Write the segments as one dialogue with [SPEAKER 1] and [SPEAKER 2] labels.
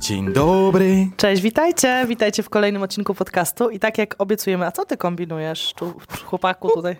[SPEAKER 1] Dzień dobry.
[SPEAKER 2] Cześć, witajcie, witajcie w kolejnym odcinku podcastu i tak jak obiecujemy, a co ty kombinujesz, tu, chłopaku tutaj?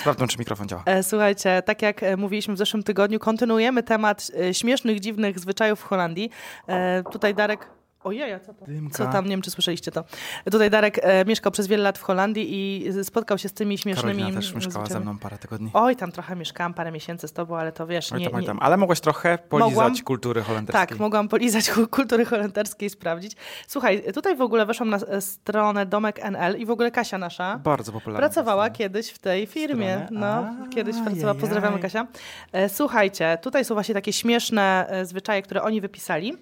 [SPEAKER 1] Sprawdzam, czy mikrofon działa.
[SPEAKER 2] E, Słuchajcie, tak jak e, mówiliśmy w zeszłym tygodniu, kontynuujemy temat e, śmiesznych, dziwnych zwyczajów w Holandii. E, Tutaj Darek... Ojej, co to?
[SPEAKER 1] Dymka.
[SPEAKER 2] Co tam, nie wiem, czy słyszeliście to. Tutaj Darek e, mieszkał przez wiele lat w Holandii i spotkał się z tymi śmiesznymi...
[SPEAKER 1] Karolina też mieszkała ze
[SPEAKER 2] zwyczajami.
[SPEAKER 1] mną parę tygodni.
[SPEAKER 2] Oj, tam trochę mieszkałam, parę miesięcy z tobą, ale to wiesz...
[SPEAKER 1] Oj
[SPEAKER 2] nie,
[SPEAKER 1] tam, oj
[SPEAKER 2] nie-
[SPEAKER 1] tam. Ale mogłaś trochę polizać
[SPEAKER 2] Mogłam.
[SPEAKER 1] kultury holenderskiej.
[SPEAKER 2] Tak, mogłam polizać ku- kultury holenderskiej i sprawdzić. Słuchaj, tutaj w ogóle weszłam na e, stronę Domek NL i w ogóle Kasia nasza
[SPEAKER 1] Bardzo popularna.
[SPEAKER 2] pracowała
[SPEAKER 1] piosenka.
[SPEAKER 2] kiedyś w tej firmie.
[SPEAKER 1] Stronę?
[SPEAKER 2] No,
[SPEAKER 1] A,
[SPEAKER 2] kiedyś pracowała.
[SPEAKER 1] jajaj.
[SPEAKER 2] Pozdrawiamy Kasia. E, Słuchajcie, tutaj są właśnie takie śmieszne e, zwyczaje, które oni wypisali.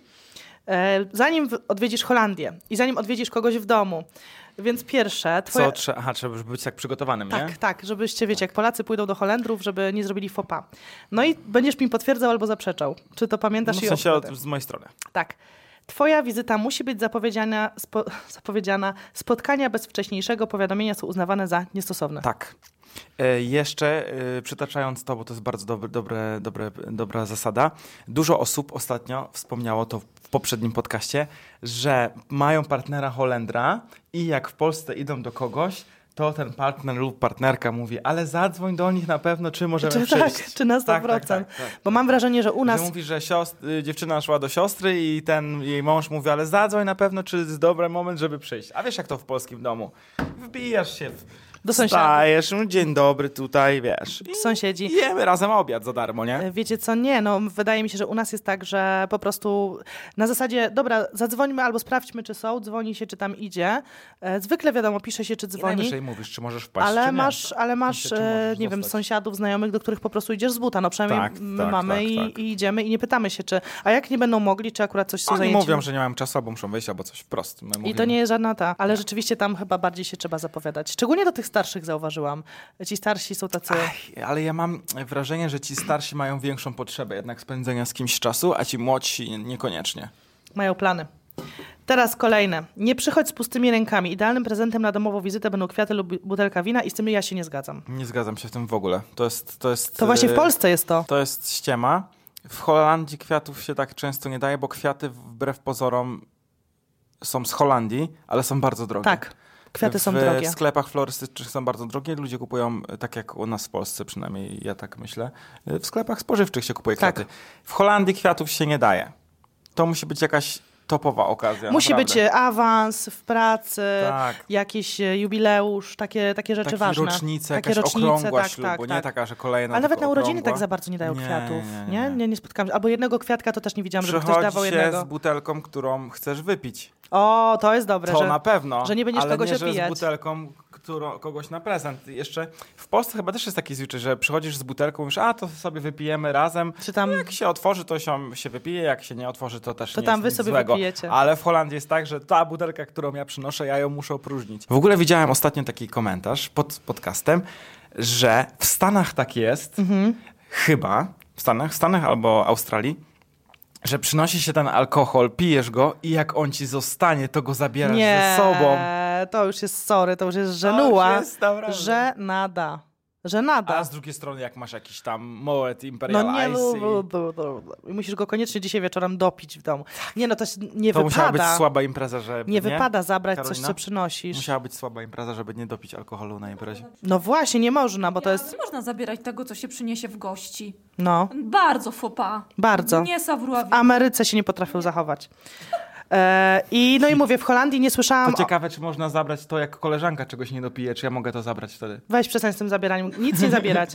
[SPEAKER 2] E, Zanim w- odwiedzisz Holandię i zanim odwiedzisz kogoś w domu, więc pierwsze, twoje...
[SPEAKER 1] Co trzeba... Aha, trzeba być tak przygotowanym, nie?
[SPEAKER 2] Tak, tak, żebyście, wiecie, jak Polacy pójdą do Holendrów, żeby nie zrobili fopa. No i będziesz mi potwierdzał albo zaprzeczał. Czy to
[SPEAKER 1] No,
[SPEAKER 2] pamiętasz?
[SPEAKER 1] w
[SPEAKER 2] i
[SPEAKER 1] sensie od,
[SPEAKER 2] odpowiadasz.
[SPEAKER 1] z mojej strony.
[SPEAKER 2] Tak. Twoja wizyta musi być zapowiedziana, spo, zapowiedziana. Spotkania bez wcześniejszego powiadomienia są uznawane za niestosowne.
[SPEAKER 1] Tak. E, jeszcze e, przytaczając to, bo to jest bardzo dobry, dobre, dobre, dobra zasada. Dużo osób ostatnio wspomniało to w poprzednim podcaście, że mają partnera Holendra i jak w Polsce idą do kogoś, to ten partner lub partnerka mówi, ale zadzwoń do nich na pewno, czy możemy
[SPEAKER 2] Czy, tak,
[SPEAKER 1] przyjść.
[SPEAKER 2] czy na 100%.
[SPEAKER 1] tak,
[SPEAKER 2] Bo mam wrażenie, że u nas
[SPEAKER 1] Że mówi, że siostr, y, dziewczyna szła do siostry i ten jej mąż mówi, ale zadzwoń na pewno, czy jest dobry moment, żeby przyjść. A wiesz, jak to w polskim domu? Wbijasz się w...
[SPEAKER 2] Do sąsiada.
[SPEAKER 1] Wstajesz, no, dzień dobry tutaj, wiesz. I
[SPEAKER 2] sąsiedzi.
[SPEAKER 1] jemy razem obiad za darmo, nie?
[SPEAKER 2] Wiecie co, nie, no wydaje mi się, że u nas jest tak, że po prostu na zasadzie, dobra, zadzwońmy albo sprawdźmy, czy są, dzwoni się, czy tam idzie. E, Zwykle wiadomo, pisze się, czy
[SPEAKER 1] I
[SPEAKER 2] dzwoni.
[SPEAKER 1] najwyżej mówisz, czy możesz wpaść,
[SPEAKER 2] Ale
[SPEAKER 1] czy nie.
[SPEAKER 2] masz, ale
[SPEAKER 1] W
[SPEAKER 2] masz,
[SPEAKER 1] sensie, czy
[SPEAKER 2] e,
[SPEAKER 1] możesz
[SPEAKER 2] nie wiem,
[SPEAKER 1] zostać.
[SPEAKER 2] sąsiadów, znajomych, do których po prostu idziesz z buta. No przynajmniej
[SPEAKER 1] Tak,
[SPEAKER 2] my
[SPEAKER 1] tak,
[SPEAKER 2] mamy
[SPEAKER 1] tak,
[SPEAKER 2] i,
[SPEAKER 1] tak.
[SPEAKER 2] i idziemy i nie pytamy się, czy. A jak nie będą mogli, czy akurat coś są
[SPEAKER 1] Oni
[SPEAKER 2] zajęci.
[SPEAKER 1] mówią, że nie mają czasu, albo muszą wyjść, albo coś wprost. My
[SPEAKER 2] I
[SPEAKER 1] mówimy,
[SPEAKER 2] to nie jest żadna ta, ale rzeczywiście tam chyba bardziej się trzeba zapowiadać. Szczególnie do tych starszych zauważyłam. Ci starsi są tacy.
[SPEAKER 1] Ach, ale ja mam wrażenie, że ci starsi mają większą potrzebę jednak spędzenia z kimś czasu, a ci młodsi niekoniecznie.
[SPEAKER 2] Mają plany. Teraz kolejne. Nie przychodź z pustymi rękami. Idealnym prezentem na domową wizytę będą kwiaty lub bu- butelka wina i z tym ja się nie zgadzam.
[SPEAKER 1] Nie zgadzam się w tym w ogóle. To jest... To, jest,
[SPEAKER 2] To właśnie w
[SPEAKER 1] e,
[SPEAKER 2] Polsce jest to.
[SPEAKER 1] To jest ściema. W Holandii kwiatów się tak często nie daje, bo kwiaty wbrew pozorom są z Holandii, ale są bardzo drogie.
[SPEAKER 2] Tak. Kwiaty są
[SPEAKER 1] w
[SPEAKER 2] drogie.
[SPEAKER 1] W sklepach florystycznych są bardzo drogie. Ludzie kupują, e, tak jak u nas w Polsce przynajmniej, ja tak myślę, e, w sklepach spożywczych się kupuje
[SPEAKER 2] Tak.
[SPEAKER 1] kwiaty. W Holandii kwiatów się nie daje. To musi być jakaś topowa okazja.
[SPEAKER 2] Musi
[SPEAKER 1] naprawdę.
[SPEAKER 2] być e, awans w pracy,
[SPEAKER 1] Tak.
[SPEAKER 2] jakiś e, jubileusz, takie, takie rzeczy
[SPEAKER 1] Taki
[SPEAKER 2] ważne.
[SPEAKER 1] rocznice,
[SPEAKER 2] takie
[SPEAKER 1] jakaś okrągła
[SPEAKER 2] tak,
[SPEAKER 1] ślubu,
[SPEAKER 2] tak,
[SPEAKER 1] nie
[SPEAKER 2] tak.
[SPEAKER 1] taka, że kolejna
[SPEAKER 2] Ale nawet
[SPEAKER 1] tylko
[SPEAKER 2] na urodziny
[SPEAKER 1] okrągła.
[SPEAKER 2] tak za bardzo nie dają
[SPEAKER 1] Nie,
[SPEAKER 2] kwiatów.
[SPEAKER 1] nie,
[SPEAKER 2] Nie,
[SPEAKER 1] nie.
[SPEAKER 2] nie, nie, spotkałam się. Albo jednego kwiatka to też nie widziałam, żeby ktoś
[SPEAKER 1] Przychodzi
[SPEAKER 2] dawał
[SPEAKER 1] się
[SPEAKER 2] jednego.
[SPEAKER 1] z butelką, którą chcesz wypić.
[SPEAKER 2] O, to jest dobre,
[SPEAKER 1] To
[SPEAKER 2] że,
[SPEAKER 1] na pewno.
[SPEAKER 2] że nie będziesz
[SPEAKER 1] ale
[SPEAKER 2] kogoś
[SPEAKER 1] nie, że z
[SPEAKER 2] opijać.
[SPEAKER 1] butelką którą, kogoś na prezent. Jeszcze w Polsce chyba też jest taki zwyczaj, że przychodzisz z butelką, mówisz, a to sobie wypijemy razem.
[SPEAKER 2] Czy tam-
[SPEAKER 1] No, Jak się otworzy, to się, się wypije, jak się nie otworzy, to też
[SPEAKER 2] To
[SPEAKER 1] nie
[SPEAKER 2] tam
[SPEAKER 1] jest
[SPEAKER 2] wy
[SPEAKER 1] nic
[SPEAKER 2] sobie
[SPEAKER 1] złego.
[SPEAKER 2] wypijecie.
[SPEAKER 1] Ale w Holandii jest tak, że ta butelka, którą ja przynoszę, ja ją muszę opróżnić. W ogóle widziałem ostatnio taki komentarz pod podcastem, że w Stanach tak jest,
[SPEAKER 2] Mhm.
[SPEAKER 1] chyba, w Stanach, w Stanach albo Australii, że przynosi się ten alkohol, pijesz go i jak on ci zostanie, to go zabierasz
[SPEAKER 2] Nie,
[SPEAKER 1] ze sobą. Tak
[SPEAKER 2] to już jest sorry, to już jest żenuła.
[SPEAKER 1] już jest naprawdę.
[SPEAKER 2] Żenada. Żenada.
[SPEAKER 1] A z drugiej strony, jak masz jakiś tam Moet Imperial
[SPEAKER 2] No nie,
[SPEAKER 1] Ice
[SPEAKER 2] lu-
[SPEAKER 1] i...
[SPEAKER 2] lu- lu- lu- lu- i musisz go koniecznie dzisiaj wieczorem dopić w domu. Nie no, to się nie
[SPEAKER 1] Tak. to musiała być
[SPEAKER 2] wypada.
[SPEAKER 1] słaba impreza, że
[SPEAKER 2] nie, wypada zabrać coś,
[SPEAKER 1] Karolina?
[SPEAKER 2] co przynosisz.
[SPEAKER 1] Musiała być słaba impreza, żeby nie dopić alkoholu na imprezie.
[SPEAKER 2] No właśnie, nie można, bo to
[SPEAKER 3] Ja-
[SPEAKER 2] jest.
[SPEAKER 3] Nie można zabierać tego, co się przyniesie w gości.
[SPEAKER 2] No,
[SPEAKER 3] Bardzo fopa.
[SPEAKER 2] Bardzo.
[SPEAKER 3] Nie
[SPEAKER 2] w
[SPEAKER 3] sawruawi.
[SPEAKER 2] Ameryce się nie potrafił zachować. E, I no i mówię, w Holandii nie
[SPEAKER 1] To
[SPEAKER 2] słyszałam. O,
[SPEAKER 1] ciekawe, czy można zabrać to, jak koleżanka czegoś nie dopije, czy ja mogę to zabrać wtedy?
[SPEAKER 2] weź przestań z tym zabieraniem, nic nie zabierać.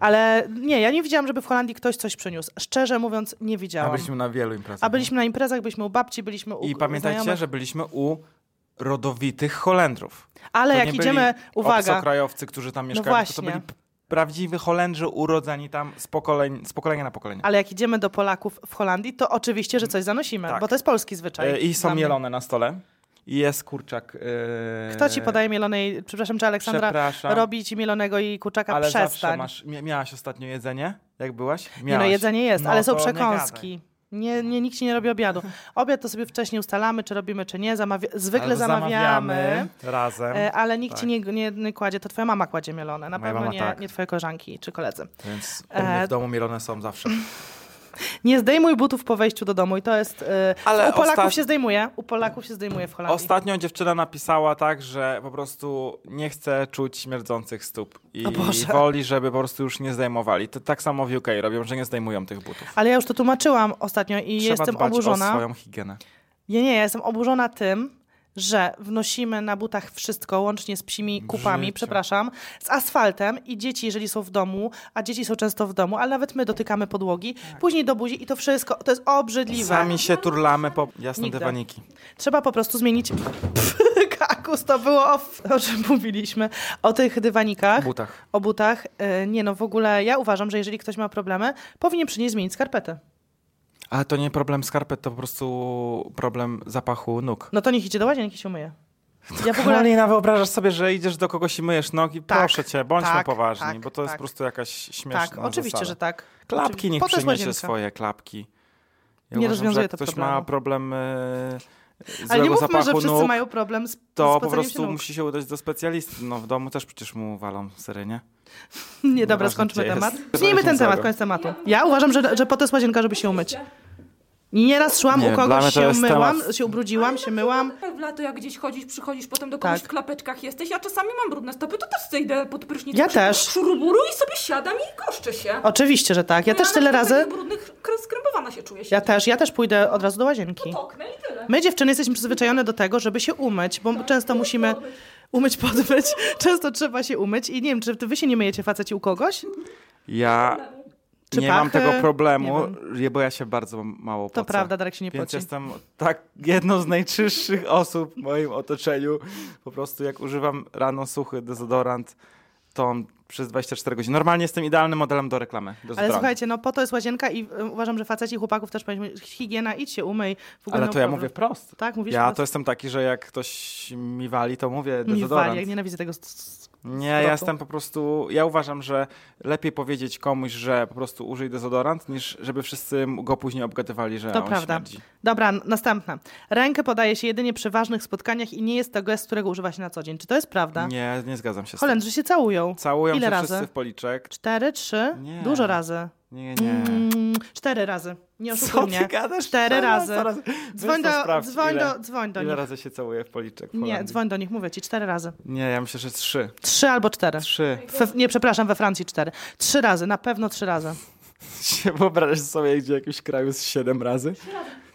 [SPEAKER 2] Ale nie, ja nie widziałam, żeby w Holandii ktoś coś przyniósł. Szczerze mówiąc, nie
[SPEAKER 1] A
[SPEAKER 2] widziałam.
[SPEAKER 1] byliśmy na wielu imprezach.
[SPEAKER 2] A byliśmy na imprezach, byliśmy u babci, byliśmy u
[SPEAKER 1] I
[SPEAKER 2] u
[SPEAKER 1] pamiętajcie,
[SPEAKER 2] znajomych.
[SPEAKER 1] że byliśmy u rodowitych Holendrów.
[SPEAKER 2] Ale
[SPEAKER 1] To
[SPEAKER 2] jak
[SPEAKER 1] nie
[SPEAKER 2] idziemy,
[SPEAKER 1] byli
[SPEAKER 2] uwaga, No
[SPEAKER 1] obcokrajowcy, którzy tam mieszkają, tylko to
[SPEAKER 2] właśnie.
[SPEAKER 1] byli p- prawdziwi Holendrzy urodzeni tam z, pokoleń, z pokolenia na pokolenie.
[SPEAKER 2] ale jak idziemy do Polaków w Holandii, to oczywiście, że coś zanosimy,
[SPEAKER 1] Tak.
[SPEAKER 2] bo to jest polski zwyczaj.
[SPEAKER 1] E, I
[SPEAKER 2] dla
[SPEAKER 1] są
[SPEAKER 2] mnie.
[SPEAKER 1] mielone na stole. I jest kurczak. e,
[SPEAKER 2] Kto ci podaje mielonej, przepraszam, czy Aleksandra
[SPEAKER 1] Przepraszam,
[SPEAKER 2] robi ci mielonego i kurczaka?
[SPEAKER 1] ale zawsze
[SPEAKER 2] Przestań.
[SPEAKER 1] masz. mia- Miałaś ostatnio jedzenie? Jak byłaś? Miałaś.
[SPEAKER 2] Nie no, jedzenie jest,
[SPEAKER 1] No
[SPEAKER 2] ale są
[SPEAKER 1] to nie
[SPEAKER 2] przekąski. Nie, nie, nikt ci nie robi obiadu. Obiad to sobie wcześniej ustalamy, czy robimy, czy nie. Zamawia- zwykle
[SPEAKER 1] Albo
[SPEAKER 2] zamawiamy,
[SPEAKER 1] Razem.
[SPEAKER 2] e, ale nikt
[SPEAKER 1] Tak.
[SPEAKER 2] ci nie, nie, nie kładzie. To twoja mama kładzie mielone, na
[SPEAKER 1] Moja
[SPEAKER 2] pewno
[SPEAKER 1] mama
[SPEAKER 2] nie,
[SPEAKER 1] tak.
[SPEAKER 2] nie twoje koleżanki czy koledzy.
[SPEAKER 1] Więc u
[SPEAKER 2] e,
[SPEAKER 1] mnie w domu mielone są zawsze.
[SPEAKER 2] Nie zdejmuj butów po wejściu do domu i to jest... e,
[SPEAKER 1] Ale
[SPEAKER 2] u Polaków
[SPEAKER 1] ostat-
[SPEAKER 2] się zdejmuje, u Polaków się zdejmuje w Holandii.
[SPEAKER 1] Ostatnio dziewczyna napisała tak, że po prostu nie chce czuć śmierdzących stóp i
[SPEAKER 2] O Boże.
[SPEAKER 1] woli, żeby po prostu już nie zdejmowali. To tak samo w UK robią, że nie zdejmują tych butów.
[SPEAKER 2] Ale ja już to tłumaczyłam ostatnio i
[SPEAKER 1] Trzeba
[SPEAKER 2] jestem
[SPEAKER 1] dbać
[SPEAKER 2] oburzona.
[SPEAKER 1] o swoją higienę.
[SPEAKER 2] Nie, nie, ja jestem oburzona tym, że wnosimy na butach wszystko, łącznie z psimi kupami,
[SPEAKER 1] Życie.
[SPEAKER 2] przepraszam, z asfaltem i dzieci, jeżeli są w domu, a dzieci są często w domu, ale nawet my dotykamy podłogi, później do buzi i to wszystko, to jest obrzydliwe.
[SPEAKER 1] Sami się turlamy po jasne
[SPEAKER 2] Nigdy.
[SPEAKER 1] dywaniki.
[SPEAKER 2] Trzeba po prostu zmienić... Kakus, to było o, o czym mówiliśmy, o tych dywanikach.
[SPEAKER 1] W butach.
[SPEAKER 2] o butach. E, Nie no, w ogóle ja uważam, że jeżeli ktoś ma problemy, powinien przynieść zmienić skarpetę.
[SPEAKER 1] Ale to nie problem skarpet, to po prostu problem zapachu nóg.
[SPEAKER 2] No to niech idzie do łazienki się umyje. Ja w ogóle
[SPEAKER 1] Karolina, wyobrażasz sobie, że idziesz do kogoś i myjesz nogi?
[SPEAKER 2] Tak,
[SPEAKER 1] Proszę cię, bądźmy
[SPEAKER 2] tak,
[SPEAKER 1] poważni,
[SPEAKER 2] tak,
[SPEAKER 1] bo to jest
[SPEAKER 2] tak.
[SPEAKER 1] po prostu jakaś śmieszna
[SPEAKER 2] Tak, oczywiście,
[SPEAKER 1] zasada.
[SPEAKER 2] że tak.
[SPEAKER 1] Klapki
[SPEAKER 2] Oczywi-
[SPEAKER 1] niech
[SPEAKER 2] Po to jest
[SPEAKER 1] przyniesie
[SPEAKER 2] łazienka.
[SPEAKER 1] swoje klapki. Ja
[SPEAKER 2] Nie
[SPEAKER 1] uważam,
[SPEAKER 2] rozwiązuje
[SPEAKER 1] że jak
[SPEAKER 2] to
[SPEAKER 1] ktoś
[SPEAKER 2] problemu.
[SPEAKER 1] ma problem e, złego
[SPEAKER 2] Ale nie mówmy,
[SPEAKER 1] zapachu
[SPEAKER 2] że wszyscy
[SPEAKER 1] nóg,
[SPEAKER 2] mają problem z
[SPEAKER 1] to
[SPEAKER 2] z
[SPEAKER 1] po
[SPEAKER 2] podchodzeniem się
[SPEAKER 1] prostu
[SPEAKER 2] nóg.
[SPEAKER 1] musi się udać do specjalisty. No w domu też przecież mu walą syrenie.
[SPEAKER 2] Nie, dobra,
[SPEAKER 1] Nieważne,
[SPEAKER 2] skończmy
[SPEAKER 1] gdzie
[SPEAKER 2] temat.
[SPEAKER 1] jest.
[SPEAKER 2] Zmieńmy ten
[SPEAKER 1] Zero.
[SPEAKER 2] temat, koniec tematu. Ja uważam, że, że po to jest łazienka, żeby się umyć. Nieraz szłam
[SPEAKER 1] Nie,
[SPEAKER 2] u
[SPEAKER 1] dla mnie
[SPEAKER 2] kogoś,
[SPEAKER 1] to
[SPEAKER 2] się
[SPEAKER 1] jest
[SPEAKER 2] myłam,
[SPEAKER 1] temat-
[SPEAKER 2] się ubrudziłam, się myłam.
[SPEAKER 3] W lato jak gdzieś chodzisz, przychodzisz, potem do kogoś
[SPEAKER 2] Tak.
[SPEAKER 3] w klapeczkach jesteś, ja czasami mam brudne stopy, to też sobie idę pod prysznic.
[SPEAKER 2] Ja
[SPEAKER 3] przy-
[SPEAKER 2] też.
[SPEAKER 3] Szuruburu i sobie siadam i goszczę się.
[SPEAKER 2] Oczywiście, że tak. Ja też
[SPEAKER 3] na
[SPEAKER 2] tyle
[SPEAKER 3] takich
[SPEAKER 2] razy...
[SPEAKER 3] brudnych, kr- skrępowana się czuję się.
[SPEAKER 2] Ja też, ja też pójdę od razu do łazienki.
[SPEAKER 3] Oknę i tyle.
[SPEAKER 2] My dziewczyny jesteśmy przyzwyczajone do tego, żeby się umyć, bo często musimy umyć, podmyć. Często trzeba się umyć i nie wiem, czy wy się nie myjecie faceci u kogoś?
[SPEAKER 1] Ja
[SPEAKER 2] Czy
[SPEAKER 1] nie mam
[SPEAKER 2] pachy?
[SPEAKER 1] tego problemu,
[SPEAKER 2] Nie
[SPEAKER 1] je- bo ja się bardzo mało
[SPEAKER 2] To
[SPEAKER 1] pocę.
[SPEAKER 2] prawda, Darek się nie
[SPEAKER 1] Więc
[SPEAKER 2] poci.
[SPEAKER 1] jestem tak jedną z najczystszych osób w moim otoczeniu. Po prostu jak używam rano suchy dezodorant, to on przez 24 godziny. Normalnie jestem idealnym modelem do reklamy.
[SPEAKER 2] Ale
[SPEAKER 1] dezodorantu.
[SPEAKER 2] słuchajcie, no po to jest łazienka i y, uważam, że faceci chłopaków też powinni higiena, idź się umyj. W ogóle
[SPEAKER 1] Ale
[SPEAKER 2] no
[SPEAKER 1] to ja
[SPEAKER 2] problem.
[SPEAKER 1] mówię wprost.
[SPEAKER 2] Tak, mówisz
[SPEAKER 1] Ja
[SPEAKER 2] wprost?
[SPEAKER 1] to jestem taki, że jak ktoś mi wali, to mówię
[SPEAKER 2] Mi wali,
[SPEAKER 1] dezodorant.
[SPEAKER 2] jak
[SPEAKER 1] nie,
[SPEAKER 2] nienawidzę tego. s- s-
[SPEAKER 1] ja
[SPEAKER 2] roku.
[SPEAKER 1] jestem po prostu, ja uważam, że lepiej powiedzieć komuś, że po prostu użyj dezodorant, niż żeby wszyscy go później obgadywali, że
[SPEAKER 2] To
[SPEAKER 1] on
[SPEAKER 2] prawda.
[SPEAKER 1] śmierdzi.
[SPEAKER 2] Dobra, n- następna. Rękę podaje się jedynie przy ważnych spotkaniach i nie jest to gest, którego używa się na co dzień. Czy to jest prawda?
[SPEAKER 1] Nie, nie zgadzam się z tym.
[SPEAKER 2] Holendrzy się całują.
[SPEAKER 1] Całują
[SPEAKER 2] Ile
[SPEAKER 1] się
[SPEAKER 2] razy?
[SPEAKER 1] wszyscy w policzek.
[SPEAKER 2] Cztery, trzy?
[SPEAKER 1] Nie.
[SPEAKER 2] Dużo razy.
[SPEAKER 1] Nie, nie.
[SPEAKER 2] Mm, cztery razy. Nie oszukuj
[SPEAKER 1] Co ty
[SPEAKER 2] mnie.
[SPEAKER 1] gadasz?
[SPEAKER 2] Cztery razy.
[SPEAKER 1] Zaraz.
[SPEAKER 2] Dzwoń
[SPEAKER 1] Wiesz co,
[SPEAKER 2] do,
[SPEAKER 1] sprawdź,
[SPEAKER 2] dzwoń
[SPEAKER 1] ile,
[SPEAKER 2] do, dzwoń do
[SPEAKER 1] ile
[SPEAKER 2] nich.
[SPEAKER 1] razy się całuje w policzek w
[SPEAKER 2] Nie,
[SPEAKER 1] Holandii?
[SPEAKER 2] dzwoń do nich, mówię ci, cztery razy.
[SPEAKER 1] Nie, ja myślę, że trzy.
[SPEAKER 2] Trzy albo cztery.
[SPEAKER 1] Trzy.
[SPEAKER 2] Fe, nie, przepraszam, we Francji cztery. Trzy razy, na pewno trzy razy.
[SPEAKER 1] Się wyobrażasz sobie, gdzie w jakimś kraju z siedem razy?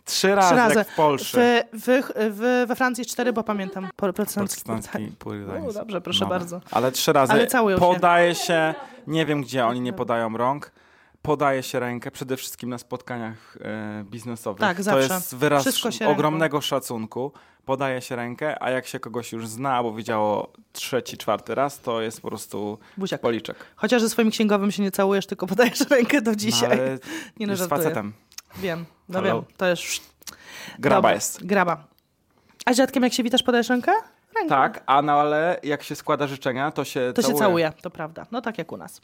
[SPEAKER 1] Trzy razy,
[SPEAKER 2] Trzy razy.
[SPEAKER 1] jak w Polsce.
[SPEAKER 2] W, w, w, we Francji cztery, bo pamiętam. Po- Tak. Procent.
[SPEAKER 1] Protestancki purytanizm.
[SPEAKER 2] U, dobrze, proszę
[SPEAKER 1] Dobra.
[SPEAKER 2] bardzo.
[SPEAKER 1] Ale trzy razy
[SPEAKER 2] Ale całują się.
[SPEAKER 1] podaje się. nie wiem gdzie oni nie podają rąk, podaje się rękę przede wszystkim na spotkaniach e, biznesowych.
[SPEAKER 2] Tak,
[SPEAKER 1] to
[SPEAKER 2] zawsze.
[SPEAKER 1] jest wyraz
[SPEAKER 2] Wszystko się
[SPEAKER 1] ogromnego szacunku. Podaje się rękę, a jak się kogoś już zna albo widziało trzeci, czwarty raz, to jest po prostu
[SPEAKER 2] Buziak.
[SPEAKER 1] policzek. No,
[SPEAKER 2] Chociaż ze swoim księgowym się nie całujesz, tylko podajesz rękę do dzisiaj.
[SPEAKER 1] No, ale
[SPEAKER 2] nie no,
[SPEAKER 1] jest
[SPEAKER 2] żartuję.
[SPEAKER 1] facetem.
[SPEAKER 2] Wiem, no
[SPEAKER 1] Halo?
[SPEAKER 2] wiem. To jest...
[SPEAKER 1] Graba
[SPEAKER 2] Dobra,
[SPEAKER 1] jest.
[SPEAKER 2] Graba. A z dziadkiem jak się witasz, podajesz rękę? Rękę.
[SPEAKER 1] Tak, a no ale jak się składa życzenia, to się
[SPEAKER 2] To
[SPEAKER 1] całuje.
[SPEAKER 2] się całuje, to prawda. No tak jak u nas.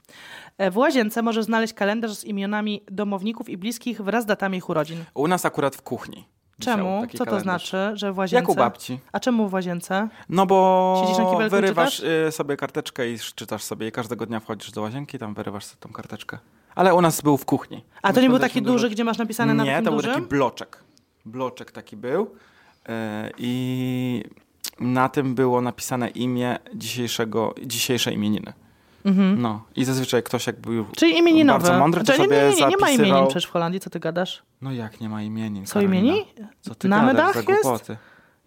[SPEAKER 2] E, W łazience możesz znaleźć kalendarz z imionami domowników i bliskich wraz z datami ich urodzin.
[SPEAKER 1] U nas akurat w kuchni. wisiał
[SPEAKER 2] Czemu?
[SPEAKER 1] taki
[SPEAKER 2] Co to
[SPEAKER 1] kalendarz.
[SPEAKER 2] znaczy, że w łazience?
[SPEAKER 1] Jak u babci.
[SPEAKER 2] A czemu w łazience?
[SPEAKER 1] No bo
[SPEAKER 2] Siedzisz na kibelku i
[SPEAKER 1] wyrywasz y, sobie karteczkę i czytasz sobie. I każdego dnia wchodzisz do łazienki, tam wyrywasz sobie tą karteczkę. Ale u nas był w kuchni.
[SPEAKER 2] A to
[SPEAKER 1] My
[SPEAKER 2] nie był taki
[SPEAKER 1] spędzaliśmy
[SPEAKER 2] duży,
[SPEAKER 1] dużo-
[SPEAKER 2] gdzie masz napisane na
[SPEAKER 1] Nie,
[SPEAKER 2] takim
[SPEAKER 1] to był
[SPEAKER 2] dużym?
[SPEAKER 1] taki bloczek. Bloczek taki był. Y, I na tym było napisane imię dzisiejszego, dzisiejszej imieniny.
[SPEAKER 2] Mhm.
[SPEAKER 1] No i zazwyczaj ktoś jak był
[SPEAKER 2] Czyli imieninowy.
[SPEAKER 1] bardzo mądry, to
[SPEAKER 2] Czyli Znaczy, nie,
[SPEAKER 1] sobie
[SPEAKER 2] nie, nie, nie ma
[SPEAKER 1] zapisywał-
[SPEAKER 2] imienin przecież w Holandii, co ty gadasz?
[SPEAKER 1] No jak nie ma imienin?
[SPEAKER 2] Są
[SPEAKER 1] Karolina?
[SPEAKER 2] imieni?
[SPEAKER 1] Co ty
[SPEAKER 2] Na
[SPEAKER 1] gadasz
[SPEAKER 2] medach
[SPEAKER 1] za
[SPEAKER 2] jest?
[SPEAKER 1] głupoty?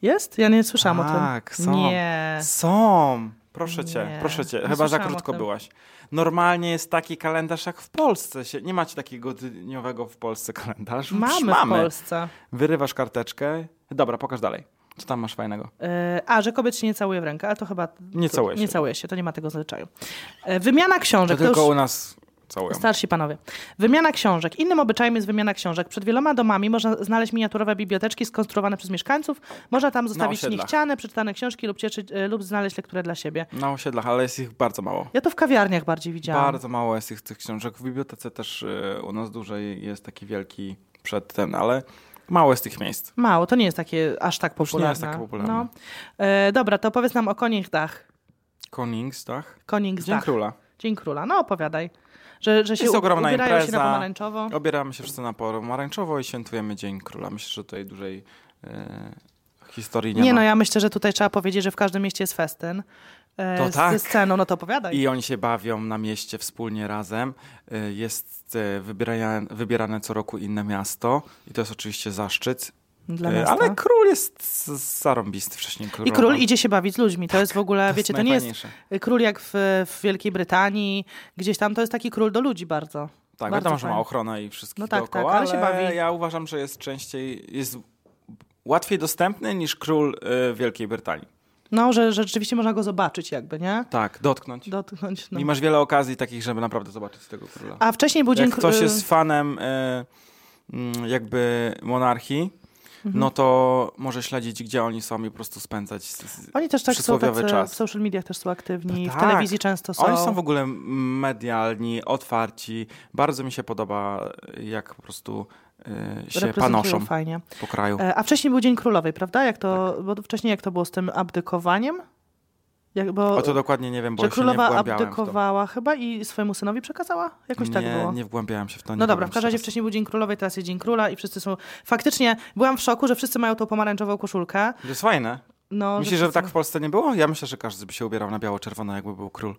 [SPEAKER 2] Jest? Ja nie słyszałam o tym.
[SPEAKER 1] Tak, są.
[SPEAKER 2] Nie.
[SPEAKER 1] Są! Proszę cię,
[SPEAKER 2] Nie.
[SPEAKER 1] proszę cię.
[SPEAKER 2] Nie
[SPEAKER 1] Chyba za
[SPEAKER 2] słyszałam o
[SPEAKER 1] krótko
[SPEAKER 2] tym.
[SPEAKER 1] byłaś. Normalnie jest taki kalendarz jak w Polsce. Się, nie macie takiego dniowego w Polsce kalendarzu? Przecież
[SPEAKER 2] Mamy,
[SPEAKER 1] mamy.
[SPEAKER 2] w Polsce.
[SPEAKER 1] Wyrywasz karteczkę. Dobra, pokaż dalej. Co tam masz fajnego?
[SPEAKER 2] E, A, że kobiet się nie całuje w rękę, ale to chyba...
[SPEAKER 1] Nie całuje się.
[SPEAKER 2] Nie całuje się, to nie ma tego zwyczaju. E, Wymiana
[SPEAKER 1] To
[SPEAKER 2] książek. To
[SPEAKER 1] tylko
[SPEAKER 2] już...
[SPEAKER 1] u nas całują.
[SPEAKER 2] Starsi panowie. Wymiana książek. Innym obyczajem jest wymiana książek. Przed wieloma domami można znaleźć miniaturowe biblioteczki skonstruowane przez mieszkańców. Można tam zostawić
[SPEAKER 1] osiedlach.
[SPEAKER 2] niechciane, przeczytane książki lub, cieszyć, e, lub znaleźć lekturę dla siebie.
[SPEAKER 1] Na osiedlach, ale jest ich bardzo mało.
[SPEAKER 2] Ja to w kawiarniach bardziej widziałam.
[SPEAKER 1] Bardzo mało jest ich tych książek. W bibliotece też y, u nas dłużej jest taki wielki przed ten, ale mało jest tych miejsc.
[SPEAKER 2] Mało, to nie jest takie aż tak
[SPEAKER 1] Już
[SPEAKER 2] popularne.
[SPEAKER 1] nie jest takie popularne.
[SPEAKER 2] No. E, dobra, to powiedz nam o Koniechdach.
[SPEAKER 1] Koningsdag? tak? Dzień
[SPEAKER 2] Tak. Koniechdach.
[SPEAKER 1] Króla.
[SPEAKER 2] Dzień Króla. No opowiadaj. Że, że się
[SPEAKER 1] Jest
[SPEAKER 2] u-
[SPEAKER 1] ogromna
[SPEAKER 2] ubierają się na
[SPEAKER 1] impreza.
[SPEAKER 2] pomarańczowo.
[SPEAKER 1] Obieramy się wszyscy na pomarańczowo i świętujemy Dzień Króla. Myślę, że tutaj dużej e, historii nie,
[SPEAKER 2] Nie, no
[SPEAKER 1] ma.
[SPEAKER 2] ja myślę, że tutaj trzeba powiedzieć, że w każdym mieście jest festyn. E,
[SPEAKER 1] To
[SPEAKER 2] z-
[SPEAKER 1] tak.
[SPEAKER 2] Ze sceną, no to opowiadaj.
[SPEAKER 1] I oni się bawią na mieście wspólnie razem. E, Jest e, wybierane, wybierane co roku inne miasto i to jest oczywiście zaszczyt.
[SPEAKER 2] Dla
[SPEAKER 1] E,
[SPEAKER 2] miasta.
[SPEAKER 1] Ale król jest z- zarąbisty wcześniej.
[SPEAKER 2] I król idzie się bawić z ludźmi. To jest w ogóle,
[SPEAKER 1] jest
[SPEAKER 2] wiecie, to nie jest
[SPEAKER 1] najfajniejsze.
[SPEAKER 2] król jak w, w Wielkiej Brytanii, gdzieś tam to jest taki król do ludzi bardzo.
[SPEAKER 1] Tak,
[SPEAKER 2] Bardzo
[SPEAKER 1] wiadomo, że ma
[SPEAKER 2] fajnie.
[SPEAKER 1] ochronę i wszystkich
[SPEAKER 2] No tak,
[SPEAKER 1] dookoła,
[SPEAKER 2] tak, ale się bawi.
[SPEAKER 1] ja uważam, że jest częściej, jest łatwiej dostępny niż król e, Wielkiej Brytanii.
[SPEAKER 2] No, że, że rzeczywiście można go zobaczyć jakby, nie?
[SPEAKER 1] Tak, dotknąć.
[SPEAKER 2] Dotknąć, no.
[SPEAKER 1] I masz wiele okazji takich, żeby naprawdę zobaczyć tego króla.
[SPEAKER 2] A wcześniej był dzień...
[SPEAKER 1] Jak
[SPEAKER 2] kr-
[SPEAKER 1] ktoś
[SPEAKER 2] y,
[SPEAKER 1] jest fanem e, mm, jakby monarchii,
[SPEAKER 2] Mhm.
[SPEAKER 1] no to może śledzić, gdzie oni są i po prostu spędzać. Z, z...
[SPEAKER 2] Oni też tak są
[SPEAKER 1] przysłowiowy
[SPEAKER 2] tacy,
[SPEAKER 1] czas.
[SPEAKER 2] w social mediach też są aktywni,
[SPEAKER 1] No
[SPEAKER 2] w
[SPEAKER 1] tak.
[SPEAKER 2] telewizji często są.
[SPEAKER 1] Oni są w ogóle medialni, otwarci. Bardzo mi się podoba, jak po prostu e, się
[SPEAKER 2] reprezentują
[SPEAKER 1] panoszą Tak.
[SPEAKER 2] fajnie.
[SPEAKER 1] po kraju.
[SPEAKER 2] E, A wcześniej był Dzień Królowej, prawda? Jak to, Bo wcześniej jak to było z tym abdykowaniem? Jak, bo,
[SPEAKER 1] O to dokładnie nie wiem, bo
[SPEAKER 2] że
[SPEAKER 1] ja się nie
[SPEAKER 2] królowa
[SPEAKER 1] wgłębiałem
[SPEAKER 2] abdykowała chyba i swojemu synowi przekazała?
[SPEAKER 1] w to.
[SPEAKER 2] Jakoś
[SPEAKER 1] nie,
[SPEAKER 2] tak było.
[SPEAKER 1] nie wgłębiałem się w to. nie
[SPEAKER 2] No dobra,
[SPEAKER 1] powiem
[SPEAKER 2] w każdym razie
[SPEAKER 1] szczerze.
[SPEAKER 2] wcześniej był Dzień Królowej, teraz jest Dzień Króla i wszyscy są... Faktycznie byłam w szoku, że wszyscy mają tą pomarańczową koszulkę.
[SPEAKER 1] To jest fajne.
[SPEAKER 2] No,
[SPEAKER 1] Myślisz, że
[SPEAKER 2] wszyscy-
[SPEAKER 1] tak w Polsce nie było? Ja myślę, że każdy by się ubierał na biało-czerwono, jakby był król.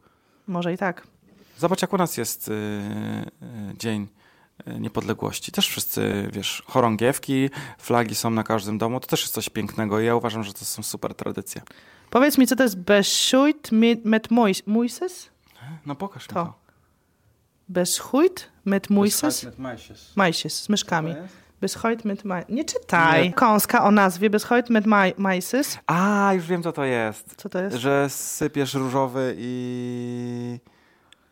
[SPEAKER 2] Może i tak.
[SPEAKER 1] Zobacz, jak u nas jest y, y, Dzień y, Niepodległości. Też wszyscy, wiesz, chorągiewki, flagi są na każdym domu. To też jest coś pięknego i ja uważam, że to są super tradycje.
[SPEAKER 2] Powiedz mi, co to jest Beschuit mit- mit Mois- Moises?
[SPEAKER 1] No pokaż mi
[SPEAKER 2] To.
[SPEAKER 1] to.
[SPEAKER 2] Beschuit mit Moises? Majsies, z myszkami. Beschuit mit Mai... Nie czytaj.
[SPEAKER 1] Nie.
[SPEAKER 2] Kąska o nazwie Beschuit mit Mai- Maises.
[SPEAKER 1] A, już wiem, co to jest.
[SPEAKER 2] Co to jest?
[SPEAKER 1] Że sypiesz różowy i...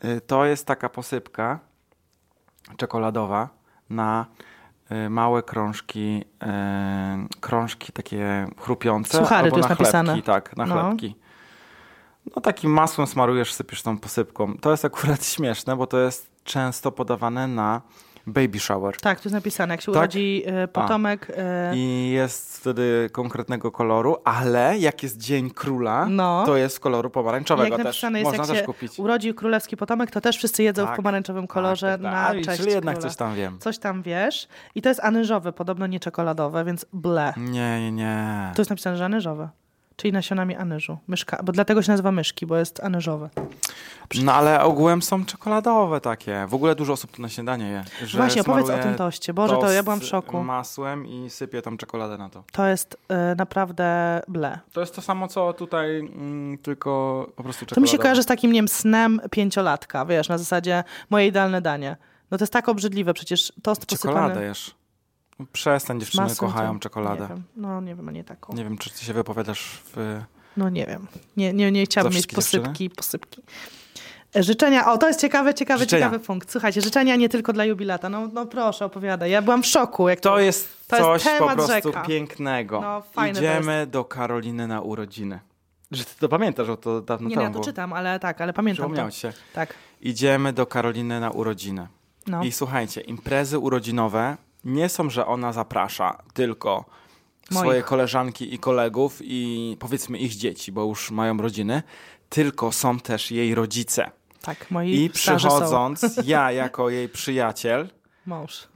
[SPEAKER 1] y, To jest taka posypka czekoladowa na y, małe krążki, y, krążki takie chrupiące.
[SPEAKER 2] Suchary
[SPEAKER 1] albo
[SPEAKER 2] tu jest
[SPEAKER 1] na chlebki,
[SPEAKER 2] napisane.
[SPEAKER 1] Tak, na
[SPEAKER 2] No.
[SPEAKER 1] chlebki. No takim masłem smarujesz, sypiesz tą posypką. To jest akurat śmieszne, bo to jest często podawane na baby shower.
[SPEAKER 2] Tak, tu jest napisane, jak się
[SPEAKER 1] Tak?
[SPEAKER 2] urodzi e, potomek. E,
[SPEAKER 1] I jest wtedy konkretnego koloru, ale jak jest Dzień Króla,
[SPEAKER 2] No.
[SPEAKER 1] to jest koloru pomarańczowego
[SPEAKER 2] jak
[SPEAKER 1] też.
[SPEAKER 2] napisane jest,
[SPEAKER 1] Można
[SPEAKER 2] jak
[SPEAKER 1] też
[SPEAKER 2] się
[SPEAKER 1] kupić.
[SPEAKER 2] urodzi królewski potomek, to też wszyscy jedzą
[SPEAKER 1] Tak,
[SPEAKER 2] w pomarańczowym kolorze
[SPEAKER 1] tak, tak.
[SPEAKER 2] na
[SPEAKER 1] A, i
[SPEAKER 2] cześć
[SPEAKER 1] Czyli jednak
[SPEAKER 2] króla.
[SPEAKER 1] coś tam wiem.
[SPEAKER 2] Coś tam wiesz. I to jest anyżowe, podobno nie czekoladowe, więc ble.
[SPEAKER 1] Nie, nie, nie.
[SPEAKER 2] Tu jest napisane, że anyżowe. Czyli nasionami anyżu. Myszka, bo dlatego się nazywa myszki, bo jest anyżowe.
[SPEAKER 1] No ale ogółem są czekoladowe takie. W ogóle dużo osób to na śniadanie je. Że
[SPEAKER 2] Właśnie, opowiedz o
[SPEAKER 1] smaruje
[SPEAKER 2] tym toście. Boże, to
[SPEAKER 1] tost
[SPEAKER 2] ja byłam w
[SPEAKER 1] z
[SPEAKER 2] szoku.
[SPEAKER 1] masłem i sypie tam czekoladę na to.
[SPEAKER 2] To jest e, naprawdę ble.
[SPEAKER 1] To jest to samo, co tutaj, mm, tylko po prostu czekoladowe.
[SPEAKER 2] To mi się kojarzy z takim, nie wiem, snem pięciolatka, wiesz, na zasadzie moje idealne danie. No to jest tak obrzydliwe, przecież tost
[SPEAKER 1] Czekoladę
[SPEAKER 2] posypany
[SPEAKER 1] jesz. Przestań, dziewczyny
[SPEAKER 2] masłem,
[SPEAKER 1] kochają
[SPEAKER 2] to-
[SPEAKER 1] czekoladę.
[SPEAKER 2] Nie wiem. No nie wiem, a nie taką.
[SPEAKER 1] nie wiem, czy ty się wypowiadasz w...
[SPEAKER 2] No nie wiem. Nie, nie, nie chciałabym
[SPEAKER 1] Za
[SPEAKER 2] mieć
[SPEAKER 1] wszystkie
[SPEAKER 2] posypki, posypki. E, Życzenia, o to jest ciekawy, ciekawy,
[SPEAKER 1] Życzenia.
[SPEAKER 2] ciekawy punkt. Słuchajcie, życzenia nie tylko dla jubilata. No, no proszę, opowiadaj. Ja byłam w szoku, jak to...
[SPEAKER 1] To jest
[SPEAKER 2] To jest
[SPEAKER 1] coś po
[SPEAKER 2] temat
[SPEAKER 1] prostu
[SPEAKER 2] rzeka.
[SPEAKER 1] pięknego.
[SPEAKER 2] No, fajne to
[SPEAKER 1] Idziemy do Karoliny na urodziny. Że ty to pamiętasz, że to dawno
[SPEAKER 2] Nie, no,
[SPEAKER 1] temu
[SPEAKER 2] ja to
[SPEAKER 1] było.
[SPEAKER 2] czytam, ale tak, ale pamiętam to.
[SPEAKER 1] Przypomniałeś się.
[SPEAKER 2] Tak,
[SPEAKER 1] Idziemy do Karoliny na urodziny.
[SPEAKER 2] no.
[SPEAKER 1] I słuchajcie, imprezy urodzinowe nie są, że ona zaprasza tylko
[SPEAKER 2] Moich.
[SPEAKER 1] swoje koleżanki i kolegów i powiedzmy ich dzieci, bo już mają rodziny, tylko są też jej rodzice.
[SPEAKER 2] Tak, moi
[SPEAKER 1] I,
[SPEAKER 2] starzy są.
[SPEAKER 1] przychodząc, ja jako jej przyjaciel,
[SPEAKER 2] Mąż.